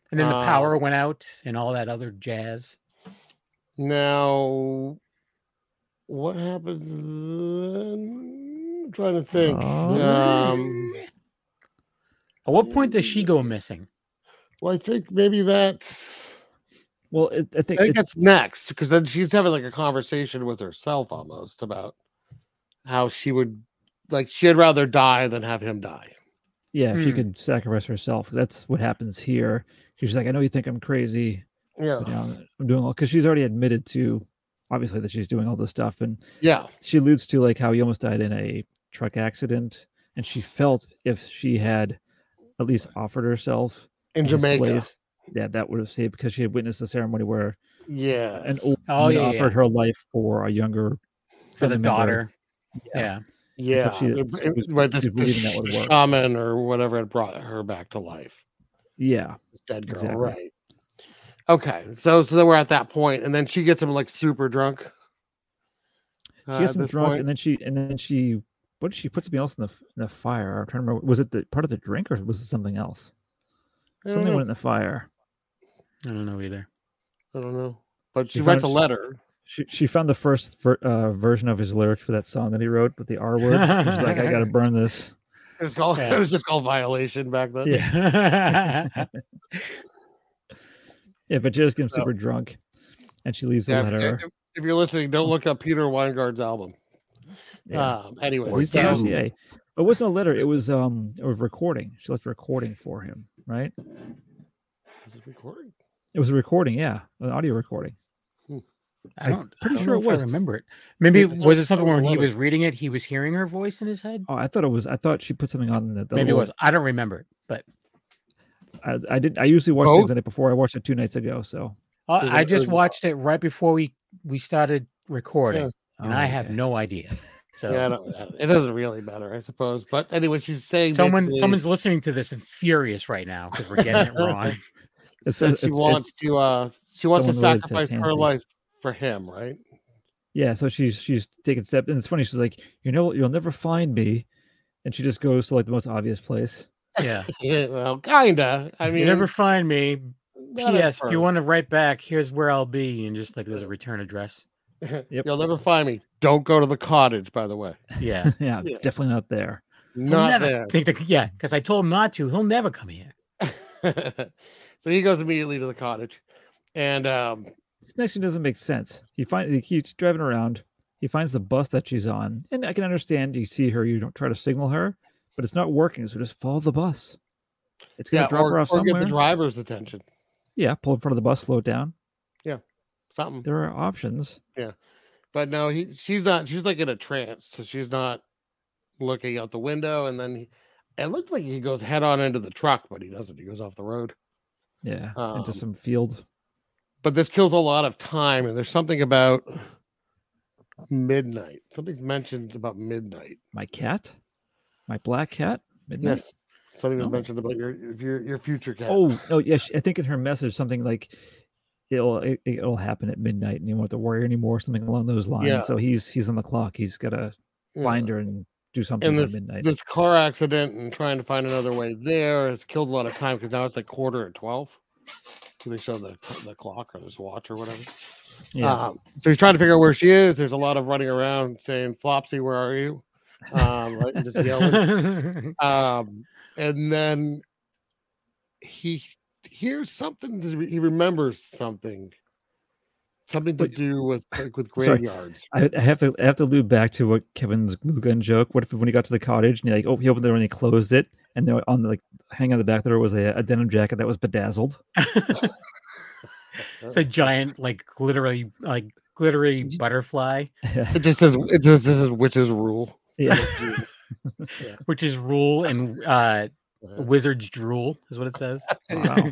C: And then the
D: Um,
C: power went out and all that other jazz.
D: Now, what happens then? I'm trying to think.
E: Oh.
D: Um,
C: At what point does she go missing?
D: well, I think maybe that's.
E: Well, it, I think
D: I think
E: it's,
D: that's next because then she's having like a conversation with herself almost about how she would like she'd rather die than have him die.
E: yeah, if she
D: hmm.
C: Mm.
E: could sacrifice herself, that's what happens here. She's like, I know you think I'm crazy,
D: Yeah.
E: but you know, I'm doing all because she's already admitted to, obviously, that she's doing all this stuff, and
D: Yeah.
E: she alludes to like how he almost died in a truck accident, and she felt if she had at least offered herself
D: In
E: his
D: Jamaica.
E: place, yeah, that would have saved because she had witnessed the ceremony where
D: Yeah.
E: an old
C: Oh,
E: woman
C: yeah, yeah,
E: offered
C: yeah.
E: her life for a younger
C: For
E: family
C: the
E: member.
C: daughter.
E: Yeah.
C: Yeah.
D: Yeah,
E: she-
D: the-
E: she
D: it-
E: was-
D: right.
E: she
D: This,
E: was believing that
D: this
E: would work.
D: shaman or whatever had brought her back to life.
E: Yeah,
D: This dead girl,
E: Exactly.
D: right? Okay, so so then we're at that point, and then she gets him like super drunk.
E: she
D: uh,
E: gets
D: at
E: him
D: this
E: drunk,
D: point.
E: and then she and then she what did she put something else in the f- in the fire? I'm trying to remember. Was it the part of the drink or was it something else?
D: I don't
E: Something
D: know,
E: went in the fire.
C: I don't know either.
D: I don't know, but she
E: She
D: writes a
E: found-
D: letter.
E: She she found the first ver, uh, version of his lyrics for that song that he wrote with the R word. She's like, I gotta burn this.
D: It was called
C: Yeah.
D: it was just called violation back then.
C: Yeah.
E: Yeah, but she just gets
D: So-
E: super drunk, and she leaves the
D: Yeah,
E: letter.
D: if, if you're listening, don't look up Peter Weingarten's album.
E: Yeah.
D: Um, anyways,
B: Or
E: It's
B: down.
E: an RCA. It wasn't a letter. It was um, it was recording. She left a recording for him, right?
D: Is it recording?
E: It was a recording, yeah, an audio recording.
C: I don't.
E: pretty
C: Pretty I do
E: sure
C: sure
E: it
C: if I
E: was.
C: remember it. Maybe
D: Yeah, I
C: was
D: don't-
C: it something
D: I don't
C: where he
D: remember.
C: was reading it, he was hearing her voice in his head?
E: Oh, I thought it was. I thought she put something on the. the
C: Maybe it
E: little-
C: was. I don't remember it, but
E: I, I didn't. I usually watch things
D: Both?
E: the night before. I watched it two nights ago. So
C: I-
D: Is
C: I
D: it-
C: just
D: is it-
C: watched it right before we we started recording, and
E: Oh,
C: I have
E: okay.
C: no idea. So
D: Yeah, I don't, I don't- it doesn't really matter, I suppose. But anyway, she's saying
C: someone
D: basically
C: someone's listening to this and furious right now because we're getting it wrong.
E: It's-
D: that
E: it's-
D: she
E: it's-
D: wants to uh she wants to
E: someone related to
D: sacrifice her
E: Tansy.
D: life for him, right?
E: Yeah, so she's she's taking steps, and it's funny. She's like, you know, you'll never find me, and she just goes to like the most obvious place.
C: yeah,
D: Yeah, well, kinda. I mean,
C: you never find me.
D: not at
C: P.S. If you
D: first.
C: want to write back, here's where I'll be, and just like there's a return address.
E: Yep.
D: You'll never find me. Don't go to the cottage, by the way.
C: Yeah,
E: yeah,
D: Yeah.
E: definitely not there.
C: He'll
D: Not
C: never
D: there.
C: Think that, yeah, because I told him not to. He'll never come here.
D: so he goes immediately to the cottage, and um,
E: This next thing doesn't make sense. He finds he keeps driving around. He finds the bus that she's on, and I can understand. You see her, you don't try to signal her, but it's not working. So just follow the bus. It's gonna
D: yeah,
E: drop
D: or,
E: her off
D: or get
E: somewhere.
D: the driver's attention.
E: yeah, pull in front of the bus, slow it down.
D: Something.
E: There are options.
D: but no, he she's not. She's like in a trance, so she's not looking out the window. And then he, it looks like he goes head on into the truck, but he doesn't. He goes off the road.
E: Yeah,
D: Um,
E: into some field.
D: But this kills a lot of time, and there's something about midnight. Something's mentioned about midnight.
E: My cat, my black cat. Midnight.
D: Yes, something was
E: Oh.
D: mentioned about your if your your future cat.
E: Oh no, yeah. She, I think in her message something like it'll it, it'll happen at midnight, and you won't have to worry anymore. Something along those lines.
D: Yeah.
E: So he's he's on the clock. He's got to
D: Yeah.
E: find her and do something
D: And
E: by midnight.
D: This car accident and trying to find another way there has killed a lot of time because now it's like quarter at twelve. They show the the clock or this watch or whatever.
E: yeah,
D: Um, so he's trying to figure out where she is. There's a lot of running around saying, Flopsy, where are you? Um, right, and just yelling. Um, and then he hears something, he remembers something, something to
E: Wait.
D: do with like, with
E: Sorry.
D: graveyards.
E: I, I have to I have to loop back to what Kevin's glue gun joke. What if when he got to the cottage and he like oh he opened the door and he closed it and there on the like hanging on the back there was a, a denim jacket that was bedazzled.
C: It's a giant, like literally, like glittery butterfly,
E: yeah,
D: It just says, it just this is witch's rule.
E: yeah,
C: which is rule and uh,
D: Uh,
C: wizard's drool is what it says.
E: wow.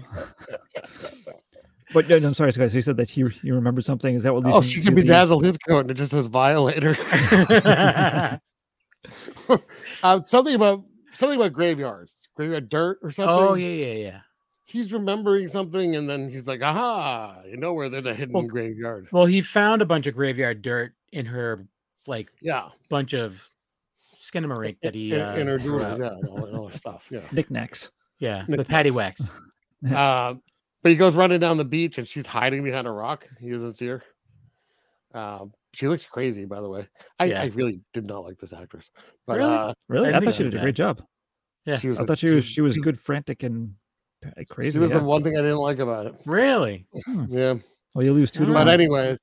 E: But no, no, I'm sorry, guys. So you said that he he remembered something. Is that what? leads
D: Oh,
E: him
D: she
E: to
D: can
E: the-
D: bedazzle his coat and it just says violator. uh, something about something about graveyards, graveyard dirt or something.
C: oh yeah, yeah, yeah.
D: he's remembering something and then he's like, aha, you know where there's a hidden
C: Well,
D: graveyard.
C: Well, he found a bunch of graveyard dirt in her like
D: Yeah.
C: bunch of skinamarink that he
D: in,
C: uh,
D: in her
C: threw
D: jewelry,
C: out.
D: yeah, and all, and all that stuff. Yeah.
E: knickknacks?
C: yeah,
D: Nick
C: the paddywhacks.
D: uh, but he goes running down the beach and she's hiding behind a rock. He doesn't see her. Um, she looks crazy, by the way. I,
C: Yeah.
D: I really did not like this actress, but
C: Really?
D: uh,
E: Really?
C: I
E: I
C: think
E: thought she
C: so,
E: did a
C: yeah.
E: great job.
C: Yeah.
D: she was
E: I
D: a-
E: thought she was she was
D: she's-
E: good, frantic, and pa- crazy.
D: She was
E: yeah.
D: the one thing I didn't like about it.
C: Really?
D: Yeah,
E: Well, you lose two to
C: But
E: one.
D: but anyways,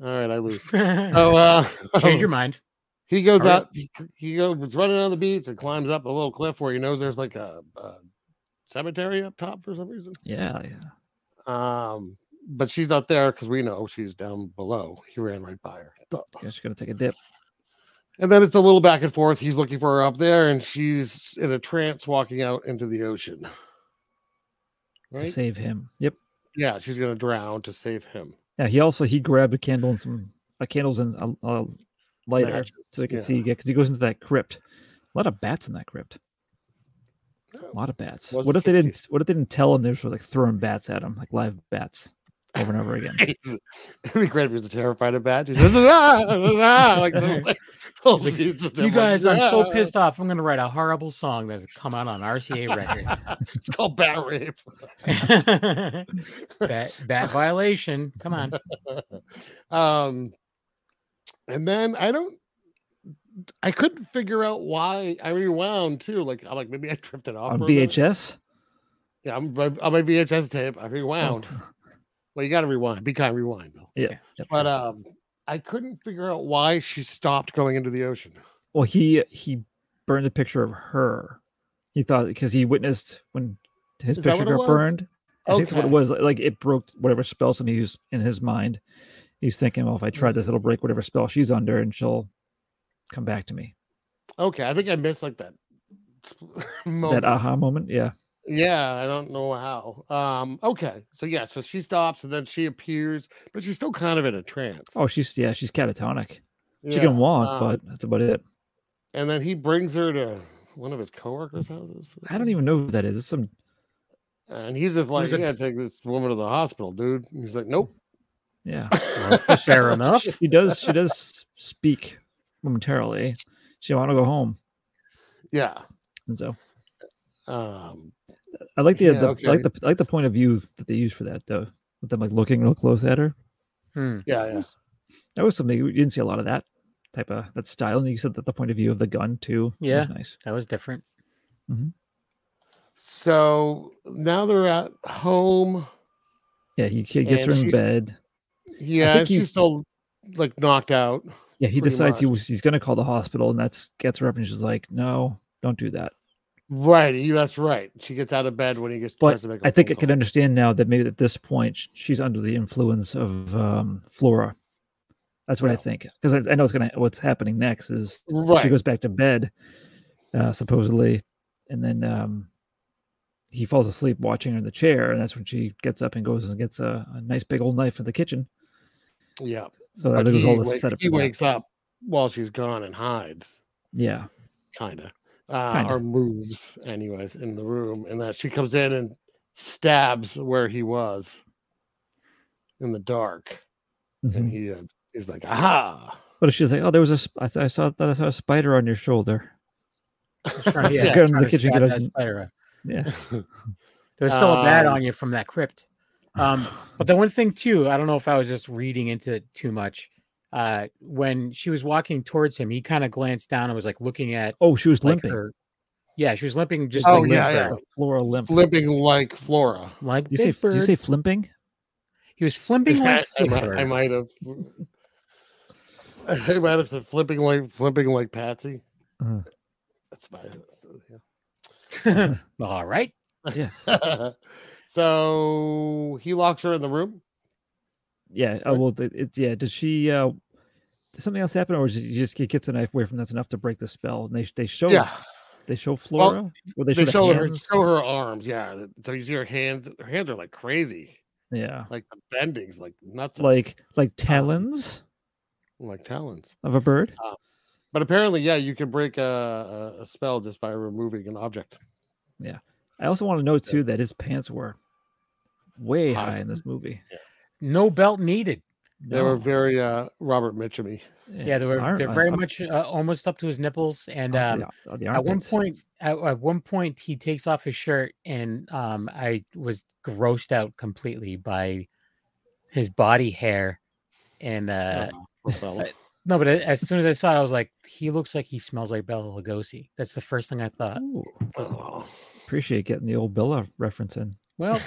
D: all right, I lose.
C: Change
D: Oh, uh,
C: your mind.
D: He goes
C: All right.
D: out. He, he goes running on the beach and climbs up a little cliff where he knows there's like a, a cemetery up top for some reason.
E: yeah, yeah.
D: Um, but she's not there because we know she's down below. He ran right by her. Duh.
E: Guess she's gonna take a dip.
D: And then it's a little back and forth. He's looking for her up there, and she's in a trance walking out into the ocean.
E: to
D: Right?
E: save him. Yep.
D: Yeah, she's gonna drown to save him.
E: Yeah. He also he grabbed a candle and some uh, candles and a, a lighter
D: Matches,
E: so he could
D: yeah.
E: see. Yeah, because he goes into that crypt. A lot of bats in that crypt.
D: Yeah.
E: A lot of bats.
D: Oh. Was
E: What
D: it
E: if they
D: 60?
E: didn't? What if they didn't tell him they were sort of like throwing bats at him, like live bats, over and over again?
D: It'd be great if he was terrified of bats. He's just, "Ah, ah, ah," like, those- like, those-
C: He's like,
D: he's just
C: You
D: like,
C: guys, I'm so
D: "Ah."
C: pissed off. I'm gonna write a horrible song that'll come out on RCA
D: it's called bat rape.
C: Records. that that violation. Come on.
D: um, and then I don't. I couldn't figure out why I rewound too. Like I'm like maybe I drifted off
E: on
D: for a minute.
E: VHS.
D: Yeah, I'm, I'm- on my VHS tape.
C: Oh.
D: I rewound. Well, you got to rewind. Be kind, rewind. Bill.
E: Yeah. Yep.
D: But um, I couldn't figure out why she stopped going into the ocean.
E: Well, he he burned a picture of her. He thought because he witnessed when his
D: Is that
E: picture
D: what it
E: got
D: was?
E: burned. I think that's what it
D: Okay.
E: was. Like it broke whatever spell something used in his mind. He's thinking, well, if I try this, it'll break whatever spell she's under, and she'll come back to me.
D: Okay, I think I missed like that moment.
E: That uh-huh. aha moment. Yeah.
D: Yeah, I don't know how. Um, okay, so yeah, so she stops and then she appears, but she's still kind of in a trance.
E: Oh, she's yeah, she's catatonic. She
D: Yeah,
E: can walk,
D: um,
E: but that's about it.
D: and then he brings her to one of his coworkers' houses. for the
E: I don't
D: day.
E: even know who that is. It's some
D: And he's just like,
C: was
D: "You
C: a-
D: gotta take this woman to the hospital, dude." And he's like, "Nope."
E: yeah.
C: Fair enough.
E: she does she does speak momentarily. She want to go home,
D: Yeah.
E: and so
D: Um,
E: I like the,
D: Yeah,
E: the
D: okay.
E: I like the I like the point of view that they use for that though, with them like looking real close at her.
C: Hmm.
D: yeah, yeah.
E: That was something you didn't see a lot of that type of that style, and you said that the point of view of the gun too. that was
C: Yeah.
E: nice.
C: That was different.
D: So now they're at home.
E: Yeah, he, he gets
D: And
E: her in
D: she's-
E: bed.
D: Yeah,
E: think
D: and
E: you-
D: she's still like knocked out.
E: Yeah, he
D: pretty
E: decides he was he's gonna call the hospital, and that's gets her up, and she's like, "No, don't do that."
D: Right, you- that's right. She gets out of bed when he gets.
E: But
D: tries to make a
E: I think
D: phone
E: I can
D: call.
E: understand now that maybe at this point sh- she's under the influence of um, Flora. That's what I
D: Yeah.
E: think because I, I know it's gonna what's happening next is
D: Right.
E: she goes back to bed uh, supposedly, and then um, he falls asleep watching her in the chair, and that's when she gets up and goes and gets a, a nice big old knife in the kitchen.
D: yeah.
E: So I
D: But
E: think it was
D: he,
E: all the
D: wakes,
E: setup.
D: he
E: for that.
D: wakes up while she's gone and hides,
E: Yeah,
D: kind of, uh,
E: Kinda.
D: or moves, anyways, in the room. And that she comes in and stabs where he was in the dark. And
E: Mhm.
D: he uh, is like, aha.
E: but she's like, "Oh, there was a sp- I, saw- I saw that I saw a spider on your shoulder."
C: Trying,
E: Yeah,
C: yeah,
E: go into
C: trying
E: the
C: to
E: kitchen,
C: stab
E: get a-
C: that spider up.
E: Yeah,
C: There's still a bat
D: Um,
C: on you from that crypt. Um, but the one thing too, I don't know if I was just reading into it too much. Uh, when she was walking towards him, he kind of glanced down and was like looking at
E: oh, she was
C: like
E: limping.
C: her. Yeah, she was limping just
D: Oh,
C: like
D: yeah,
C: Big
D: yeah.
C: Bird.
E: Flora limp.
D: flipping like Flora.
C: Like
E: You say
C: Big
E: did you
C: Bird.
E: say flimping?
C: he was flimping like
D: I,
C: Big
D: might, I
C: Bird.
D: might have. I might have said flipping like flipping like Patsy.
E: Uh-huh.
D: That's my.
C: All right.
E: Yes.
D: yeah. so he locks her in the room.
E: Yeah. Oh well. It, it, yeah. Does she? uh Does something else happen, or is it you just he gets a knife away from that's enough to break the spell? And they sh- they show
D: Yeah,
E: they show Flora. or they,
D: they
E: the
D: show her
E: hands?
D: show her arms. Yeah, so you see her hands. Her hands are like crazy,
E: Yeah.
D: like the bendings, like nuts, like
E: Like like
C: Oh.
E: talons
D: like talons.
E: of a bird.
D: But apparently, yeah, you can break a, a, a spell just by removing an object.
E: I also want to note too that his pants were way
D: High.
E: high in this movie.
C: No belt needed.
D: They were
E: No,
D: very uh, Robert Mitchumy.
C: Yeah, they were
E: arm-
C: they're
E: uh,
C: very
E: up-
C: much uh, almost up to his nipples and
E: up
C: um,
E: to the- uh, the
C: at one
E: armpits.
C: point at, at one point he takes off his shirt and um i was grossed out completely by his body hair and uh
D: Well,
C: no but a- as soon as i saw it i was like he looks like he smells like bella lugosi that's the first thing i thought
E: Ooh,
D: oh,
E: appreciate getting the old Bella reference in
C: well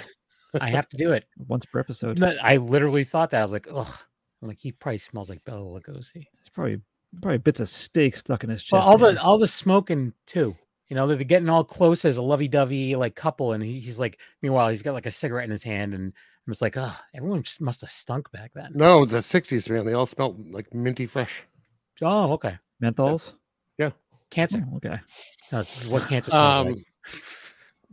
C: i have to do it
E: once per episode.
C: No, i literally thought that i was like ugh I'm like he probably smells like Bella Lugosi.
E: It's probably probably bits of steak stuck in his chest.
C: Well, all
E: area.
C: the all the smoking too. You know, they're getting all close as a lovey-dovey like couple, and he, he's like, meanwhile, he's got like a cigarette in his hand, and I'm just like, oh, everyone just must have stunk back then.
D: no, it's the '60s, man. They all smelled like minty fresh.
C: Oh, okay,
E: menthols.
C: cancer.
E: Oh, okay.
C: No, it's what cancer?
D: Mm.
C: smells
D: Um,
C: like.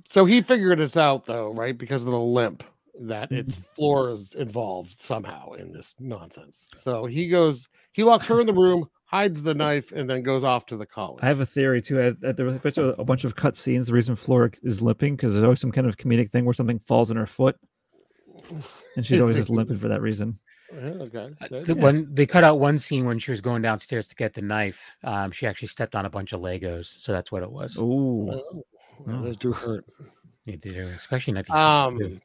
D: so he figured this out though, right? Because of the limp that
E: Mm-hmm.
D: it's Flora's involved somehow in this nonsense. So he goes, he locks her in the room, hides the knife, and then goes off to the college.
E: I have a theory too. I have, there was a bunch of, a bunch of cut scenes. The reason Flora is limping because there's always some kind of comedic thing where something falls in her foot, and she's always just limping for that reason.
D: Yeah, okay.
C: Uh,
D: there-
C: the- When they cut out one scene when she was going downstairs to get the knife, um, she actually stepped on a bunch of Legos, so that's what it was.
E: Oh,
D: Oh,
E: Oh.
D: well, Those do hurt.
C: You did it, especially in 1962.
D: Um,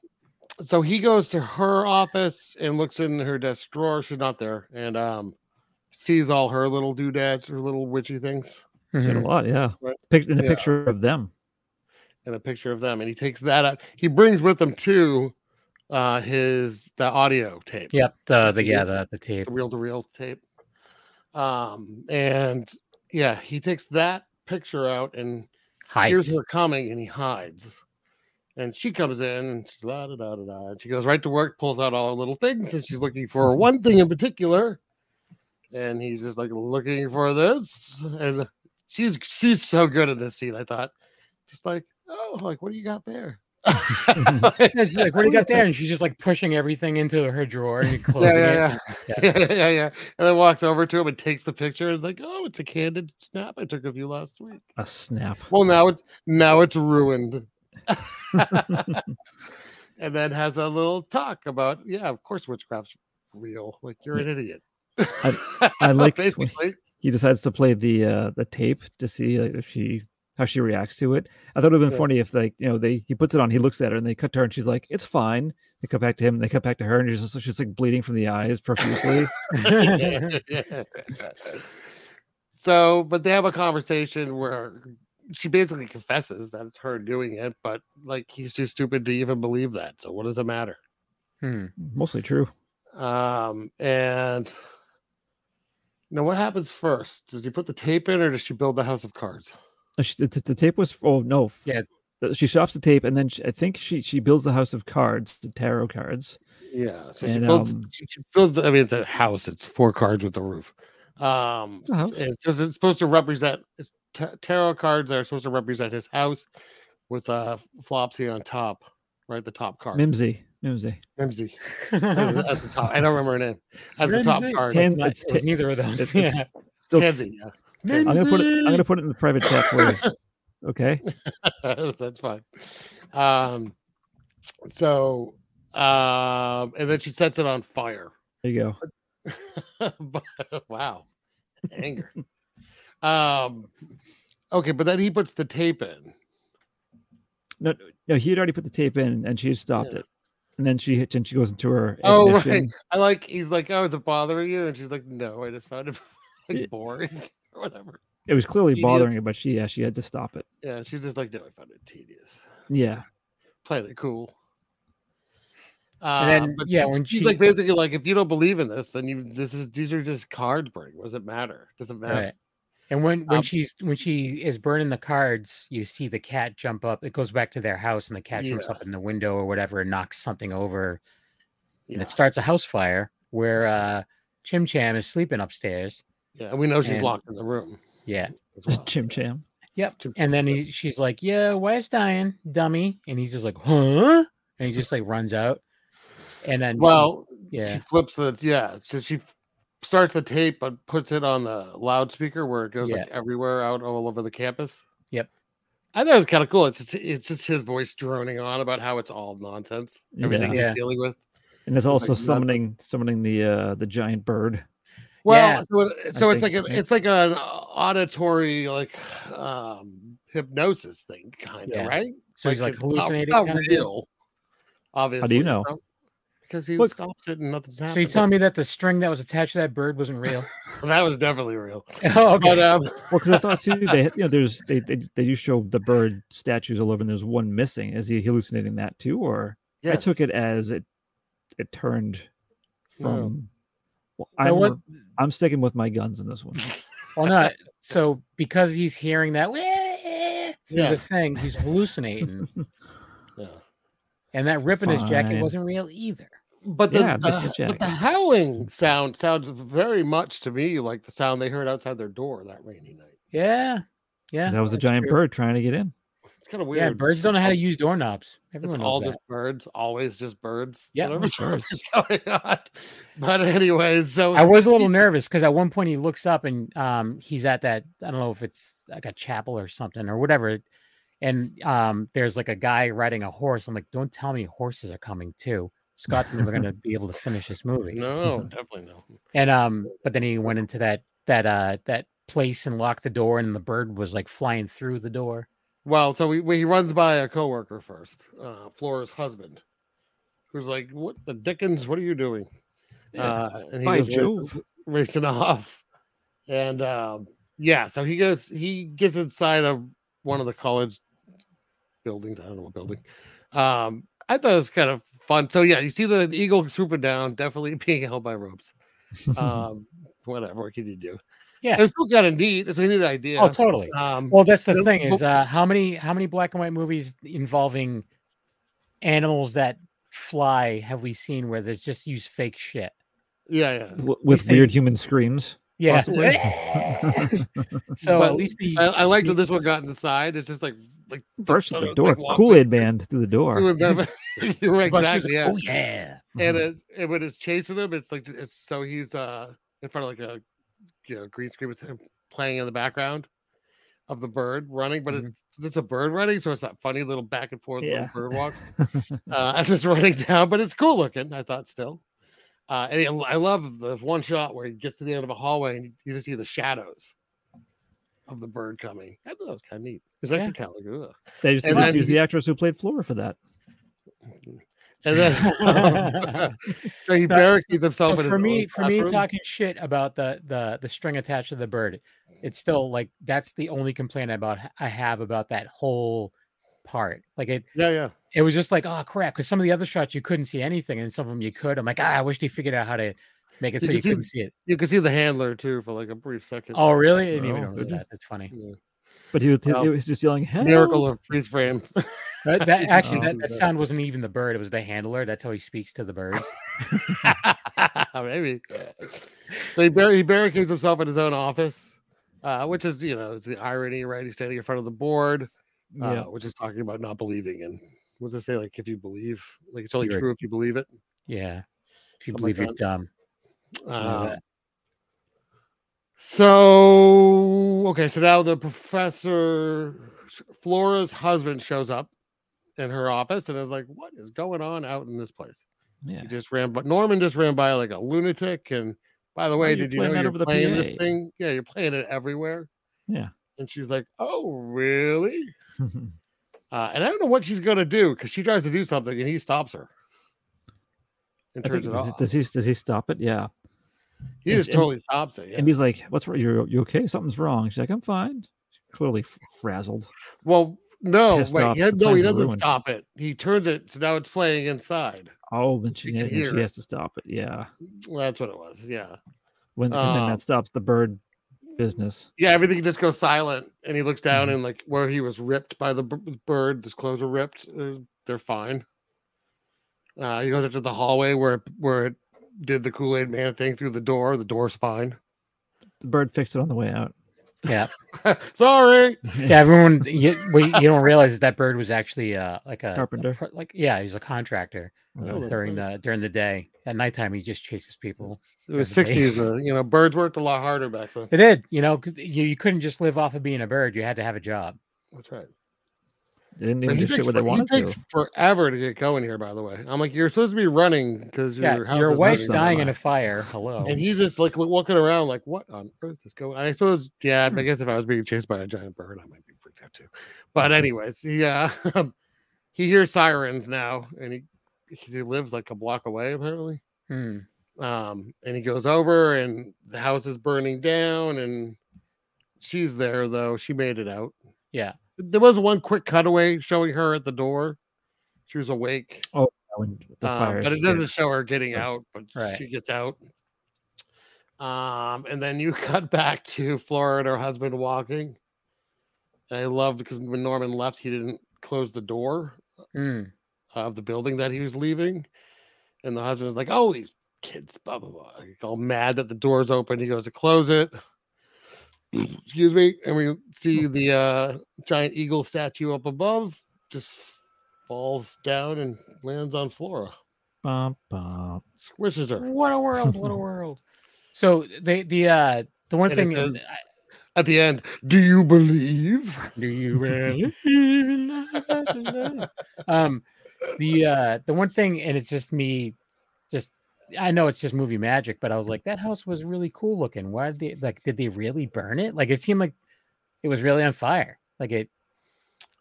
D: so he goes to her office and looks in her desk drawer. She's not there, and um, sees all her little doodads, her little witchy things,
E: Did a
C: Mhm.
E: lot, yeah.
D: Mm-hmm. Right.
E: Pic- in a
D: Yeah.
E: picture of them.
D: and a picture of them, and he takes that out. He brings with him too uh, his the audio tape.
C: Yep. The, the yeah the, the tape.
D: the reel to reel tape. Um, and yeah, he takes that picture out and hears
C: Hides.
D: her coming and he hides. And she comes in and she's la da da da da. And she goes right to work, pulls out all her little things, and she's looking for one thing in particular. And he's just like looking for this. And she's she's so good in this scene, I thought. Just like, oh, like what do you got there?
C: Yeah, she's like, "What do you got there?" And she's just like pushing everything into her drawer and closing
D: yeah, yeah,
C: it.
D: yeah, yeah, yeah, yeah. And then walks over to him and takes the picture. It's like, oh, it's a candid snap I took of you last week.
E: A snap.
D: Well, now it's now it's ruined. and then has a little talk about, yeah, of course, witchcraft's real. Like you're an idiot.
E: I liked when-
D: basically.
E: He decides to play the uh, the tape to see like, if she how she reacts to it. I thought it would have been
D: Yeah.
E: funny if like you know they he puts it on, he looks at her, and they cut to her, and she's like, "It's fine." They cut back to him, and they cut back to her, and she's just, she's like bleeding from the eyes profusely.
D: so, but they have a conversation where she basically confesses that it's her doing it, but like he's too stupid to even believe that. So, what does it matter?
C: Yeah. Hmm.
E: Mostly true.
D: Um, and now what happens first? Does he put the tape in or does she build the house of cards?
E: Uh, she- The, the tape was oh no f-
C: Yeah.
E: uh, She shops the tape, and then she, I think she she builds a house of cards, the tarot cards.
D: Yeah, so she
E: And,
D: builds,
E: um,
D: she, she builds, the- I mean, it's a house, it's four cards with a roof. Um,
E: It's a house.
D: it's, just- it's supposed to represent it's ta- tarot cards that are supposed to represent his house with uh Flopsy on top, right? The top card,
E: Mimsy, Mimsy.
D: Mimsy as, the- as the top. I don't remember her name as the top
C: Mimsy?
D: card.
E: Tan-
C: It's not-
E: it's
C: it was
E: ta-
C: neither of
E: it's-
C: those.
E: it's-
C: Yeah.
E: Still,
D: Tansy, yeah.
E: I'm gonna put it. I'm gonna put it in the private chat for you. Okay.
D: That's fine. Um, so, um, and then she sets it on fire.
E: There you go.
D: But- wow, anger. um, okay, but then he puts the tape in.
E: No, no, he had already put the tape in, and she had stopped
D: Yeah.
E: it. And then she hits, and she goes into her.
D: Oh, right.
E: ignition.
D: I like. He's like, "Oh, is it bothering you?" And she's like, "No, I just found it
E: Yeah.
D: like, boring or whatever."
E: It was clearly
D: She just-
E: bothering her, but she yeah, she had to stop it.
D: Yeah, she's just like, "No, I found it tedious.
E: Yeah,
D: Playing it cool."
C: And
D: Uh,
C: then,
D: but
C: yeah,
D: she's-
C: when
D: she's
C: she-
D: like basically like, if you don't believe in this, then you this is these are just card burning. What does it matter? Doesn't matter.
C: Right. And when when
D: Um,
C: she's when she is burning the cards, you see the cat jump up. It goes back to their house, and the cat jumps
D: Yeah.
C: up in the window or whatever and knocks something over, and
D: Yeah.
C: it starts a house fire where uh, Chim Cham is sleeping upstairs.
D: Yeah, and we know she's
C: And-
D: locked in the room
C: Yeah,
D: as well.
E: Chim Cham.
C: Yep.
D: Chim-
C: And then he, she's like, "Yeah, wife's dying, dummy," and he's just like, "Huh?" And he just like runs out. And then she-
D: Well, she
C: yeah.
D: flips the yeah. So she starts the tape but puts it on the loudspeaker where it goes like everywhere out all over the campus.
C: Yep.
D: I thought it was kind of cool. It's just it's just his voice droning on about how it's all nonsense. Everything
C: Yeah.
D: he's dealing with.
E: And it's
D: like
E: also
D: nothing.
E: summoning summoning the uh the giant bird.
D: Well,
C: Yeah.
D: so, it- so it's
E: think-
D: like an,
E: yeah.
D: it's like an auditory like um hypnosis thing, kind of
C: Yeah.
D: right?
C: so he's like
D: it's not-
C: hallucinating.
D: not
C: kinda deal?
D: real. Obviously,
E: you
D: it's
E: know?
D: not- Because he
E: Look-
D: stops it and nothing's
C: So you
D: happening.
C: telling me that the string that was attached to that bird wasn't real?
D: that was definitely real.
C: oh, okay.
D: But um,
E: Well, because I thought too, they had- you know there's they, they they do show the bird statues all over, and there's one missing. Is he hallucinating that too, or
D: yes. Hmm.
E: I took it as it it turned
D: No.
E: from. Well,
C: Now
E: I'm,
C: what-
E: I'm sticking with my guns in this one.
C: Well, no. So because he's hearing that "Wah!" through
D: Yeah.
C: the thing, he's hallucinating,
D: Yeah.
C: and that rip in his jacket
E: Fine.
C: wasn't real either.
D: But the,
E: Yeah, but
D: the-
E: the
D: but
E: jacket.
D: the howling sound sounds very much to me like the sound they heard outside their door that rainy night.
C: Yeah, yeah.
E: 'Cause that was a
C: that's
E: giant
C: true.
E: bird trying to get in.
D: It's kind of
C: Yeah,
D: weird.
C: birds don't know how to use doorknobs.
D: it's
C: Everyone
D: all
C: knows
D: just birds, always just birds.
C: Yeah,
D: whatever
E: it's
D: birds. is going on. But anyways, so
C: that. I was a little nervous because at one point he looks up and um he's at that I don't know if it's like a chapel or something or whatever, and um there's like a guy riding a horse. I'm like, don't tell me horses are coming too. Scott's never going to be able to finish this movie.
D: no, definitely no.
C: And um, but then he went into that that uh that place and locked the door, and the bird was like flying through the door.
D: Well, so we, we, he runs by a coworker first, uh, Flora's husband, who's like, "What the dickens? What are you doing?" Uh, and he
E: By
D: goes racing-
E: Jove.
D: racing off. And um, yeah, so he goes, he gets inside of one of the college buildings. I don't know what building. Um, I thought it was kind of fun. So yeah, you see the, the eagle swooping down, definitely being held by ropes. Um, whatever, what can you do?
C: Yeah.
D: it's still kind of neat. It's a neat idea.
C: Oh, totally.
D: Um,
C: Well, that's the
D: Nope,
C: thing is
D: nope.
C: uh, how many how many black and white movies involving animals that fly have we seen where there's just use fake shit?
D: yeah, yeah.
E: W- with
C: think-
E: weird human screams.
C: Yeah.
E: Possibly.
C: so
D: But
C: at least the
D: I, I liked when this one got inside. It's just like like
E: First at
D: sort
E: the
D: of
E: door,
D: like walking
E: Kool Aid man through the door.
D: through the- you were
C: Buster's
D: exactly
C: like,
D: yeah.
C: Oh yeah.
D: And
E: Mhm.
D: it, and when it's chasing him, it's like it's so he's uh in front of like a you know green screen with him playing in the background of the bird running, but it's it's a bird running, so it's that funny little back and forth little
E: Yeah.
D: bird walk uh, as it's running down. But it's cool looking, I thought still. Uh, and I I love the one shot where he gets to the end of a hallway and you just see the shadows of the bird coming. I thought that was kind of neat. It's
C: Yeah.
D: actually kind of like, ugh.
E: They just
D: And
E: didn't
D: then
E: use
D: he-
E: the actress who played Flora for that.
D: And then so he barricades himself.
C: So
D: in his
C: for
D: own
C: me, for me,
D: classroom.
C: talking shit about the the the string attached to the bird, it's still like that's the only complaint about I have about that whole part. Like it,
D: yeah, yeah.
C: it was just like, oh crap, because some of the other shots you couldn't see anything, and some of them you could. I'm like, ah, I wish they figured out how to make it
D: You
C: so
D: can
C: you
D: see
C: couldn't see it.
D: You can see the handler too for like a brief second.
C: Oh, really? I didn't even
E: Oh,
C: notice
E: did you?
C: that. That's funny.
E: But he was, he
D: Well,
E: was just yelling, Help!
D: miracle of freeze frame.
C: That, that-
D: did
C: actually,
E: not
C: that,
D: do
C: that
D: that.
C: sound wasn't even the bird; it was the handler. That's how he speaks to the bird.
D: Maybe. So he, bar- he barricades himself in his own office, uh, which is you know it's the irony, right? He's standing in front of the board, uh,
E: Yeah.
D: which is talking about not believing and. What's it say? Like if you believe, like it's only
C: You're-
D: true if you believe it.
C: Yeah, if
D: Something
C: you
D: like
C: believe you're
D: that.
C: dumb. something like
D: Um,
C: that.
D: So okay, so now the professor Flora's husband shows up in her office and is like, "What is going on out in this place?"
E: Yeah.
D: He just ran, but Norman just ran by like a lunatic. And by the way,
E: you're
D: did you
E: playing
D: know
E: that
D: you're
E: over the
D: playing
E: PA.
D: this thing? Yeah, you're playing it everywhere.
E: Yeah.
D: And she's like, "Oh, really?" Uh, and I don't know what she's gonna do because she tries to do something and he stops her and
E: I think,
D: turns it
E: does,
D: off.
E: does he does he stop it? Yeah.
D: He
E: and-
D: just
E: and-
D: totally stops it. yeah.
E: And he's like, "What's wrong? You you okay? Something's wrong." She's like, "I'm fine." She's clearly f- frazzled.
D: Well, no,
E: pissed
D: wait,
E: off,
D: he-
E: the
D: no, he
E: plan's
D: doesn't
E: ruined.
D: stop it. He turns it, so now it's playing inside.
E: Oh, then she,
D: she can
E: then she
D: hear.
E: has to stop it. Yeah.
D: Well, that's what it was. Yeah,
E: When and then
D: Um,
E: that stops the bird business.
D: yeah, everything just goes silent, and he looks
E: Mm-hmm.
D: down and like where he was ripped by the b- bird, his clothes are ripped. uh, They're fine. Uh, he goes into the hallway where it- where it did the Kool Aid Man thing through the door. The door's fine.
E: The bird fixed it on the way out.
C: Yeah,
D: Sorry.
C: yeah. Everyone, you, what you you don't realize is that bird was actually uh, like a a
E: Carpenter.
C: pro- like yeah, he's a contractor
E: Uh,
D: that's
C: during
D: right.
C: the during the day. At nighttime, he just chases people.
D: It was
C: That's amazing.
D: sixties. Uh, you know, birds worked a lot harder back then.
C: They did, you know, 'cause you, you couldn't just live off of being a bird. You had to have a job.
D: That's right.
E: They didn't
D: But
E: even
D: he
E: do shit
D: takes
E: what they
D: for- he
E: wanted
D: takes
E: to.
D: forever to get going here. By the way, I'm like, you're supposed to be running because
C: Yeah,
D: your house
C: your
D: is
C: wife's
D: burning down."
C: dying in a fire. Hello.
D: and he's just like lo- walking around, like, what on earth is going? I suppose, yeah.
E: Hmm.
D: I guess if I was being chased by a giant bird, I might be freaked out too. But anyways, yeah, he hears sirens now, and he because he lives like a block away apparently.
C: Hmm.
D: Um, and he goes over, and the house is burning down, and she's there though. She made it out.
C: Yeah.
D: There was one quick cutaway showing her at the door. She was awake.
E: When the
D: Um,
E: fire
D: but it
E: escape.
D: doesn't show her getting
E: Right.
D: out, but
C: Right.
D: she gets out. Um, and then you cut back to Flora and her husband walking. And I love because when Norman left, he didn't close the door
C: Hmm.
D: of the building that he was leaving. And the husband was like, Oh, these kids, blah blah blah. Like, all mad that the door's open. He goes to close it. Excuse me. And we see the uh giant eagle statue up above just falls down and lands on Flora.
E: Bum, bum.
D: Squishes her.
C: What a world! What a world! So the the uh the one
D: And it
C: thing
D: says-
C: is,
D: At the end, do you believe?
C: do you really? um, the uh the one thing, and it's just me, just I know it's just movie magic, but I was like, that house was really cool looking. Why did they like? Did they really burn it? Like it seemed like it was really on fire. Like it,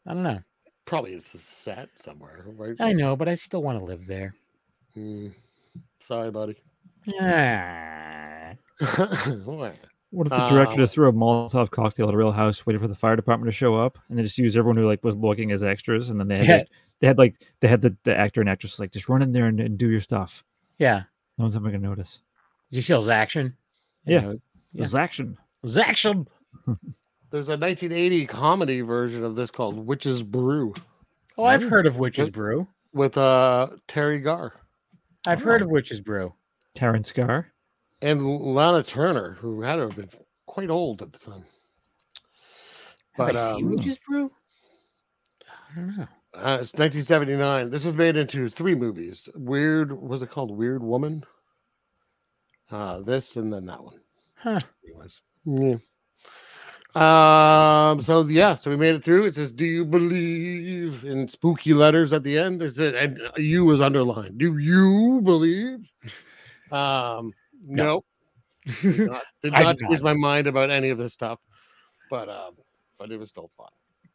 C: I don't know.
D: Probably it's a set somewhere, right?
C: I know, but I still want to live there.
D: Hmm. Sorry, buddy.
C: Ah.
D: Alright.
E: What if the director
D: Um,
E: just threw a Molotov cocktail at a real house, waited for the fire department to show up, and then just used everyone who like was looking as extras, and then they had
C: Yeah.
E: like, they had like they had the, the actor and actress like just run in there and, and do your stuff.
C: Yeah.
E: No one's ever gonna notice.
C: Just yells action.
E: Yeah.
C: know,
E: It was action.
C: "It's action.
D: There's a 1980 comedy version of this called Witch's Brew
C: Oh, I've
E: Really?
C: heard of Witch's
D: Yep.
C: Brew.
D: with uh Terry Garr
C: I've heard of Witch's Brew.
E: Terrence Gar.
D: and Lana Turner, who had to have been quite old at the time.
C: Have
D: But
C: I seen
D: um,
C: Witch's Brew? I don't know.
D: uh, it's 1979. This is made into three movies. Weird, what was it called? Weird Woman. Uh, this and then that one.
C: Huh.
D: Anyways, yeah. Um. So yeah. So we made it through. It says, "Do you believe in spooky letters at the end?" It said, and uh, "you" was underlined. Do you believe? Um. No. Did not, did
C: I
D: not
C: do
D: change my mind about any of this stuff. But um. But it was still fun.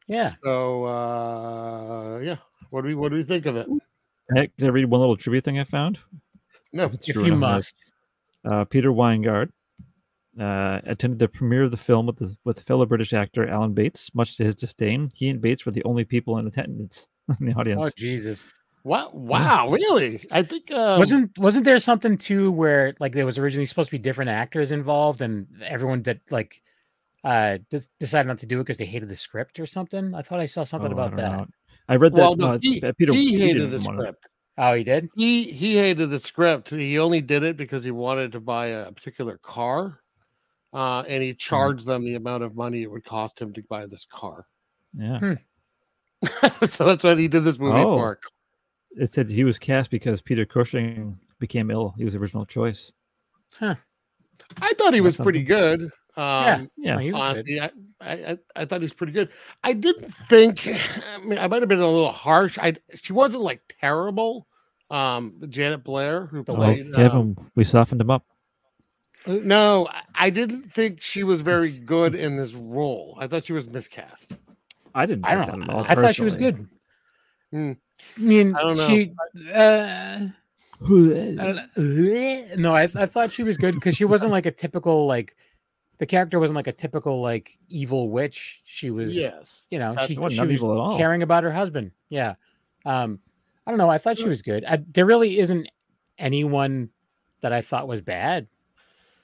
C: Yeah.
D: So uh. Yeah. What do we What do we think of it?
E: Heck, did I read one little trivia thing I found?
D: No.
E: it's
C: If
E: true
C: you
E: or not.
C: must.
E: Uh, Peter Weingard uh, attended the premiere of the film with the, with fellow British actor Alan Bates. Much to his disdain, he and Bates were the only people in attendance in the audience.
C: Oh Jesus.
D: Wow. Wow. Really? I think. Um,
C: wasn't wasn't there something too where like there was originally supposed to be different actors involved and everyone did like uh d- decided not to do it because they hated the script or something? I thought I saw something
E: Oh, I
C: about
E: don't
C: that.
E: know. I read that.
D: Well, no,
E: uh,
D: he,
E: that Peter
D: he
E: he
D: hated
E: didn't
D: the
E: want it.
D: script.
C: Oh, he did?
D: He he hated the script. He only did it because he wanted to buy a particular car, uh, and
E: Mm-hmm.
D: he charged them the amount of money it would cost him to buy this car.
E: Yeah,
C: Hmm.
D: so that's what he did this movie
E: Oh.
D: for.
E: it said he was cast because Peter Cushing became ill. He was the original choice.
D: I thought he was
E: That's
D: pretty good. Um,
E: Yeah,
C: Oh, he was
D: honestly,
C: good.
D: I, I I- I thought he was pretty good. I didn't think. I mean, I might have been a little harsh. I she wasn't like terrible. Um, Janet Blair, who
C: The
E: Oh,
D: played um,
E: Kevin, we softened him up.
D: Uh, No, I- I didn't think she was very good in this role. I thought she was miscast.
E: I didn't.
C: I
E: like
C: don't
E: that
C: know.
E: at all,
C: I thought she was
E: personally.
C: good.
D: Hmm.
C: I mean,
D: I don't know.
C: she. Uh, I don't know. No, I, I thought she was good because she wasn't like a typical like the character wasn't like a typical like evil witch. She was,
D: Yes.
C: you know,
D: That's
C: she,
E: the one,
C: she
E: not
C: was
E: evil at all.
C: caring about her husband. Yeah. Um, I don't know. I thought she was good. I, there really isn't anyone that I thought was bad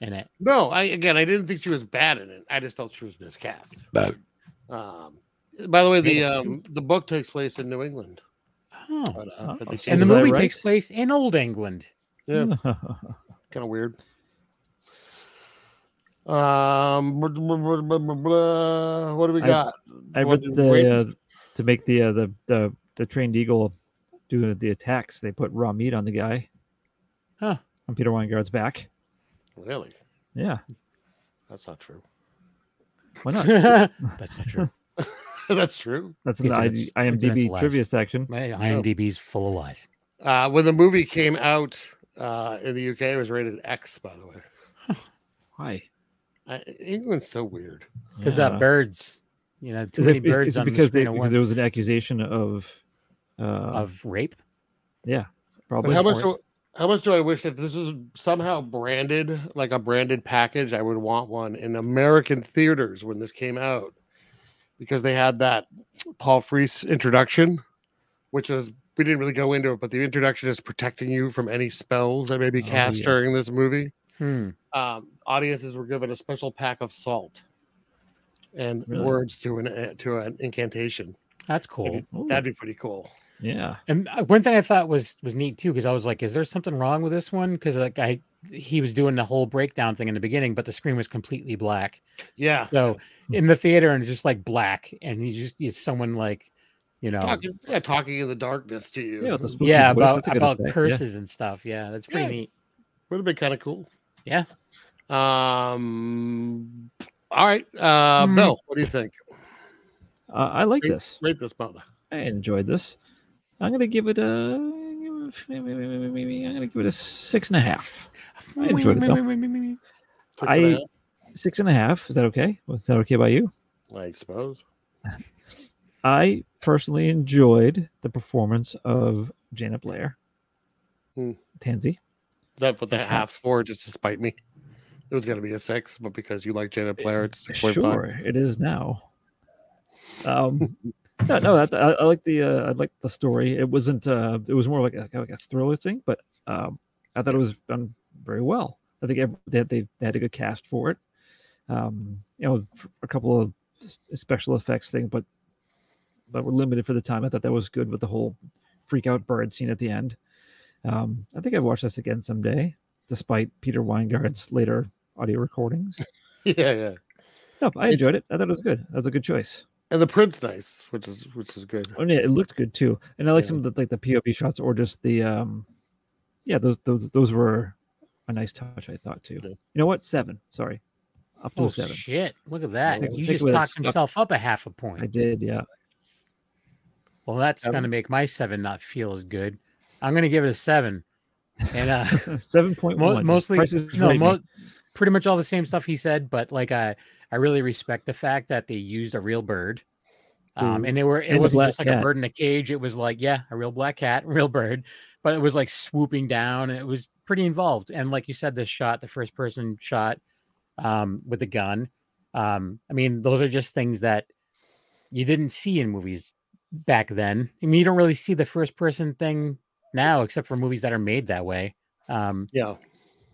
C: in it.
D: No, I again, I didn't think she was bad in it. I just felt she was miscast.
B: Bad.
D: Um, by the way, the
C: Yeah, that's
D: um, the book takes place in New England,
C: Oh.
D: but, uh,
E: Oh,
D: but they
E: so
C: And the
E: Was I
C: movie
E: right?
C: takes place in Old England.
D: kind of weird. Um, blah, blah, blah, blah, blah, blah. what do we
E: I-
D: got?
E: I
D: What
E: read
D: do- wait,
E: the, uh, to make the, uh, the the the trained eagle do the attacks. They put raw meat on the guy.
C: Huh.
E: On Peter Weingard's back.
D: really?
E: Yeah.
D: That's not true.
E: Why not?
C: That's not true.
D: That's true.
E: That's
C: Yes,
E: an
C: it is.
E: I- IMDb
C: It's live.
E: trivia section.
C: My IMDb's full of lies.
D: Uh, when the movie came out uh, in the UK, it was rated X. By the way,
E: Why?
D: I, England's so weird.
C: Because
E: Yeah.
C: uh, birds, you know, too
E: Is
C: many
E: it,
C: birds
E: is it
C: on
E: because
C: the
E: they
C: screen at
E: because there
C: once
E: was an accusation of uh
C: of rape.
E: probably
D: But how much
E: for-
D: do, how much do I wish if this was somehow branded like a branded package? I would want one in American theaters when this came out because they had that Paul Frees introduction, which is we didn't really go into it, but the introduction is protecting you from any spells that may be
E: Oh,
D: cast
E: yes.
D: during this movie.
C: Hmm.
D: Um, audiences were given a special pack of salt and
E: Really?
D: words to an eh, to an incantation.
C: That's cool.
E: Ooh,
D: That'd be pretty cool.
E: Oh, yeah.
C: And uh, one thing I thought was was neat too, because I was like, "Is there something wrong with this one?" Because like I, he was doing the whole breakdown thing in the beginning, but the screen was completely black.
D: Yeah.
C: So in the theater, and it's just like black, and you just you someone like, you know,
D: Talking, yeah, talking in the darkness to you.
E: Yeah, with the spooky
C: yeah,
E: voice,
C: about
E: that's a good
C: about
E: effect, yeah.
C: curses and stuff. Yeah, that's pretty
D: Yeah.
C: neat.
D: Would have been kind of cool.
C: Yeah.
D: Um. All right, uh,
E: Mm-hmm.
C: Hmm.
D: Bill. What do you think?
E: Uh, I like
D: Great.
E: this.
D: Rate this mother.
E: I enjoyed this. I'm gonna give it a. I'm gonna give it a six and a half. I enjoyed it,
D: Six and a
E: I-
D: half,
E: Six and a half. Is that okay? Was that okay by you?
D: I suppose.
E: I personally enjoyed the performance of Janet Blair,
D: Hmm.
E: Tansy.
D: Is that what the half's for? Just to spite me. It was going to be a six, but because you like Janet Blair, it's six point five.
E: Eh, Sure, it is now. Um, no, no, I, I, I like the uh, I like the story. It wasn't uh, it was more like a, like a thriller thing, but um, I thought it was done very well. I think ev- they, they they had a good cast for it. Um, you know, f- a couple of s- special effects thing, but but we're limited for the time. I thought that was good with the whole freak out bird scene at the end. Um, I think I'd watch this again someday, despite Peter Weingart's later audio recordings.
D: Yeah, yeah.
E: No, I
D: It's-
E: enjoyed it. I thought it was good. That was a good choice.
D: And the print's nice, which is which is good.
E: I mean, it looked good too, and I like
D: Yeah.
E: some of the like the POV shots or just the um, yeah, those those those were a nice touch. I thought too.
D: Yeah.
E: You know what? Seven. Sorry, up to
C: Oh
E: a seven.
C: shit! Look at that.
D: Yeah,
C: you
E: take
C: just
E: away that
C: talked
E: stuff.
C: himself up a half a
E: I
C: point.
E: did. Yeah.
C: Well, that's
E: Um,
C: going to make my seven not feel as good. I'm going to give it a seven, and uh,
E: Seven point
C: Mo-
E: one.
C: mostly no, mo- pretty much all the same stuff he said. But like, I I really respect the fact that they used a real bird, um,
D: Mhm.
C: and they were it
E: Mm. And a
C: wasn't
E: black
C: just like a
E: cat.
C: bird in a cage. It was like yeah, a real black cat, real bird, but it was like swooping down, and it was pretty involved. And like you said, this shot, the first person shot um, with the gun. Um, I mean, those are just things that you didn't see in movies back then. I mean, you don't really see the first person thing now, except for movies that are made that way. Um,
D: Yeah,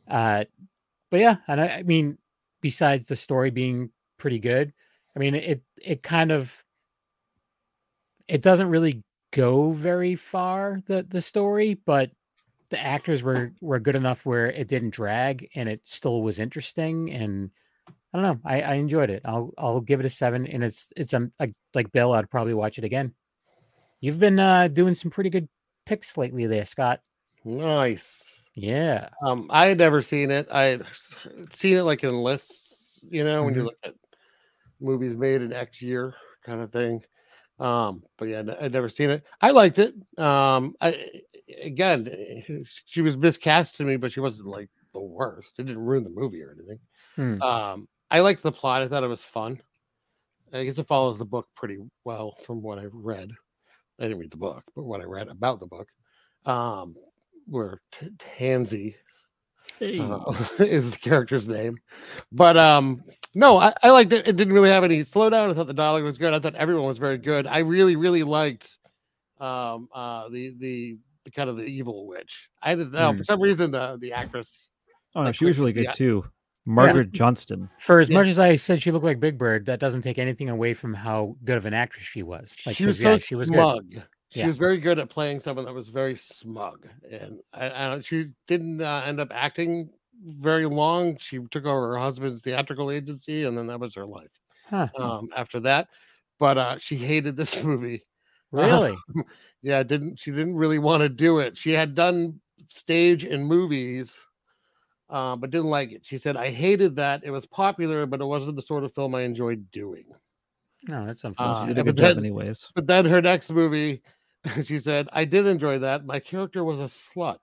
C: uh, but yeah, and I, I mean, besides the story being pretty good, I mean, it it kind of it doesn't really go very far the the story, but the actors were were good enough where it didn't drag and it still was interesting and I don't know, I, I enjoyed it. I'll I'll give it a seven, and it's it's um like like Bill, I'd probably watch it again. You've been uh, doing some pretty good picks lately, there, Scott.
D: nice.
C: Yeah,
D: Um, I had never seen it. I had s- seen it like in lists, you know, when you
C: Mhm.
D: look at movies made in X year kind of thing. Um, but yeah, n- I'd never seen it. I liked it. Um, I again, eh, she was miscast to me, but she wasn't like the worst. It didn't ruin the movie or anything.
C: Hmm.
D: Um, I liked the plot. I thought it was fun. I guess it follows the book pretty well from what I read. I didn't read the book, but what I read about the book, um, where T- Tansy uh, is the character's name. But um, no, I, I liked it. It didn't really have any slowdown. I thought the dialogue was good. I thought everyone was very good. I really, really liked um uh the the, the kind of the evil witch. I didn't know
C: Hmm.
D: for some reason the the actress.
E: oh no,
D: like,
E: she was
D: like,
E: really good
D: yeah.
E: too. Margaret Johnston.
C: for as
D: Yeah.
C: much as I said she looked like Big Bird, that doesn't take anything away from how good of an actress she was. Like,
D: she was
C: 'cause,
D: so
C: yeah, good.
D: smug. She
C: Yeah.
D: was very good at playing someone that was very smug, and I, I don't, she didn't uh, end up acting very long. She took over her husband's theatrical agency, and then that was her life.
C: Huh.
D: Um, after that, but uh, she hated this movie.
C: really?
D: yeah didn't she didn't really want to do it she had done stage and movies uh, but didn't like it she said i hated that it was popular but it wasn't the sort of film i enjoyed doing
C: No, that's
E: She
C: unfortunate.
D: Uh,
E: did a
D: but
E: good job,
D: then-
E: anyways.
D: but then her next movie she said i did enjoy that my character was a slut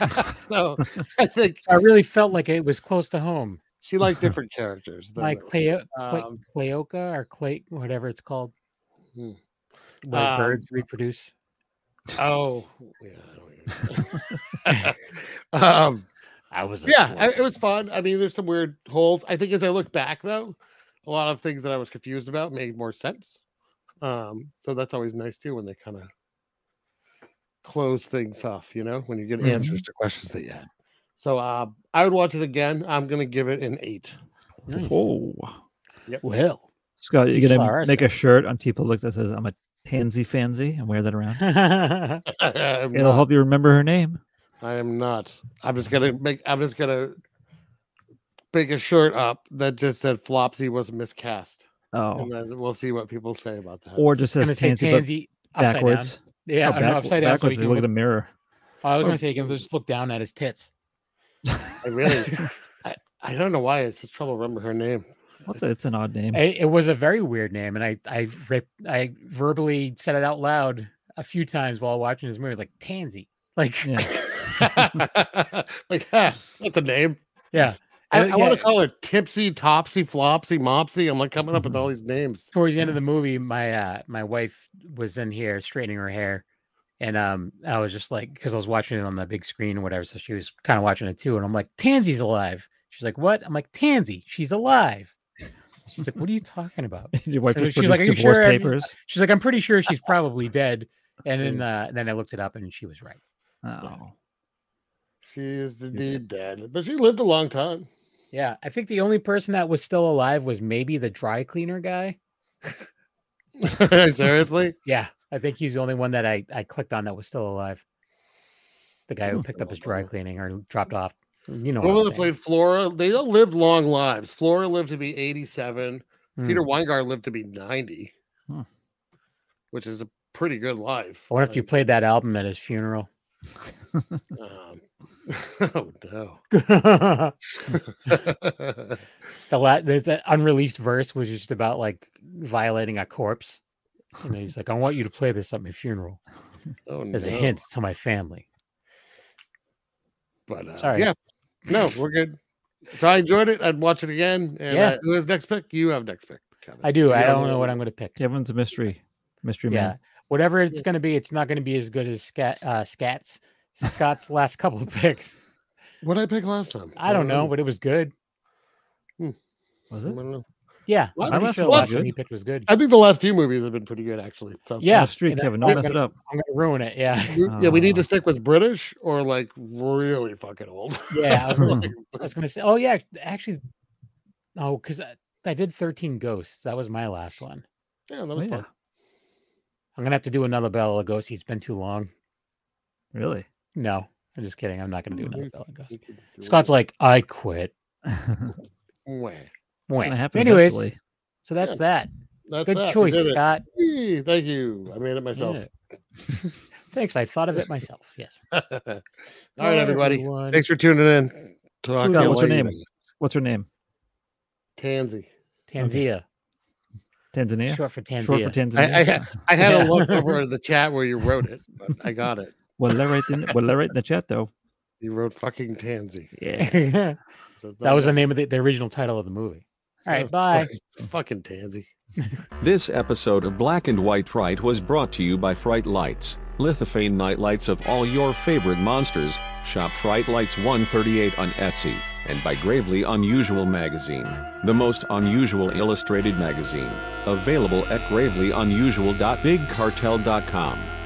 D: so i think
C: I really felt like it was close to home.
D: she liked different characters than
C: Like
D: the-
C: Cleo, Cle-
D: um,
C: Cleoca or Clay, whatever it's called.
D: Hmm.
C: Where
D: Um,
C: birds reproduce.
D: oh yeah I don't even- um
C: I was.
D: yeah I- it was fun i mean there's some weird holes i think as i look back though a lot of things that i was confused about made more sense um so that's always nice too when they kind of close things off you know when you get
E: Mhm.
D: answers to questions that you had so uh, i would watch it again i'm gonna give it an eight
C: Hmm.
E: Oh,
C: Well.
E: Scott,
C: You
E: you're gonna
C: saw her,
E: make a shirt on T Public that says "I'm a pansy fancy" and wear that around.
C: yeah,
D: I'm
E: It'll
D: not,
E: help you remember her name.
D: i am not i'm just gonna make i'm just gonna make a shirt up that just said flopsy was miscast
E: Oh,
D: and then we'll see what people say about that
E: or just says
C: gonna say
E: pansy, but
C: Tansy upside
E: backwards.
C: down. Yeah,
E: Oh,
C: I know,
E: back-
C: upside down. So he
E: backwards.
C: can
E: they look at
C: look,
E: the mirror.
C: I was
E: or-
C: gonna say he can just look down at his tits.
D: I really, I, I don't know why it's such trouble remembering her name.
E: What's a, it's an odd name.
C: It, it was a very weird name, and I I rip, I verbally said it out loud a few times while watching this movie, like Tansy, like yeah.
E: Yeah.
D: like, ah, that's a name. I,
C: And,
D: I want
C: yeah,
D: to call her Tipsy, Topsy, Flopsy, Mopsy. I'm like coming up with all these names.
C: Towards the end of the movie, my uh, my wife was in here straightening her hair, and um, I was just like, because I was watching it on the big screen or whatever, so she was kind of watching it too, and I'm like, Tansy's alive. She's like, what? I'm like, Tansy, she's alive. She's like, what are you talking about?
E: Your wife
C: And
E: just
C: she's
E: produced
C: like, "Are you
E: divorce
C: sure I'm-
E: papers.
C: She's like, I'm pretty sure she's probably dead. And then uh, then I looked it up and she was right.
E: Oh,
D: She is indeed dead, but she lived a long time.
C: Yeah, I think the only person that was still alive was maybe the dry cleaner guy.
D: Seriously,
C: Yeah, I think he's the only one that I, I clicked on that was still alive. The guy who picked up his dry cleaning or dropped off. You know, what I'm
D: women that
C: saying.
D: played Flora, they all lived long lives. Flora lived to be 87.
C: Hmm.
D: Peter Weingart lived to be 90,
E: Hmm.
D: which is a pretty good life.
C: I wonder if you played that album at his funeral.
D: you? Um, oh no.
C: the la- there's an unreleased verse was just about like violating a corpse. And he's like, I want you to play this at my funeral
D: oh no.
C: as a hint to my family.
D: But uh,
C: Sorry.
D: yeah, no, we're good. So I enjoyed it. I'd watch it again. And
C: Yeah.
D: uh, who has next pick? You have next pick. Kevin.
C: I do. I
D: Yeah,
C: don't know
D: yeah.
C: what I'm going to pick.
E: Kevin's a mystery, mystery
C: Yeah.
E: man.
C: Whatever it's going to be, it's not going to be as good as Scat, uh, Scat's Scott's last couple of picks.
D: What did I pick last time?
C: I don't know, but it was good.
E: Was
D: I
E: it?
D: don't know.
C: Yeah,
D: Well,
C: I'm pretty
E: that's
C: sure the
E: pretty
C: last one
E: good.
C: he picked was good.
D: I think the last few movies have been pretty good, actually. So
C: Yeah,
E: mystery,
C: and
E: Kevin.
C: I'm
E: Don't mess
C: gonna-
E: it up.
C: I'm gonna ruin it. Yeah,
D: We- yeah, we need
E: Uh.
D: to stick with British or like really fucking old.
C: yeah. I was, gonna,
D: Like,
C: I was gonna say, oh yeah, actually, oh, because I, I did 13 Ghosts. That was my last one.
D: yeah, that
E: Oh,
D: was
E: yeah.
D: fun.
C: I'm gonna have to do another Bella Lugosi. It's been too long.
E: Really?
C: No, I'm just kidding. I'm not gonna do another Bella
D: We
C: Lugosi.
D: could do it.
C: Scott's like, I quit.
E: It's
D: Mwah.
E: gonna
C: Wah.
E: happen
C: Anyways,
E: eventually.
C: so that's
D: Yeah,
C: that.
D: That's
C: Good
D: that. We
C: choice,
D: did it.
C: Scott.
D: Yee, Thank you. I made it myself.
C: Yeah. Thanks. I thought of it myself. Yes.
D: All
C: All
D: right, everybody.
C: everyone.
D: Thanks for tuning in. Talk
E: Scott,
D: to
E: what's her
D: you
E: name?
D: later.
E: What's her name?
D: Tansy.
C: Tanzia.
E: Tanzania.
C: Short for Tanzia.
E: Short for
D: I, I,
E: Tanzania.
D: ha- I had
C: Yeah.
D: a look over the chat where you wrote it, but I got it.
E: Well, let right in. Well, let right in the chat though.
D: You wrote fucking Tansy.
E: Yeah.
D: So it's
C: that
D: not
C: was the
D: bad.
C: name of the, the original title of the movie. All
D: Oh,
C: right. Bye.
D: Fucking Tansy.
A: This episode of Black and White Fright was brought to you by Fright Lights, lithophane nightlights of all your favorite monsters. Shop Fright Lights 138 on Etsy, and by Gravely Unusual Magazine, the most unusual illustrated magazine, available at gravelyunusual.bigcartel.com.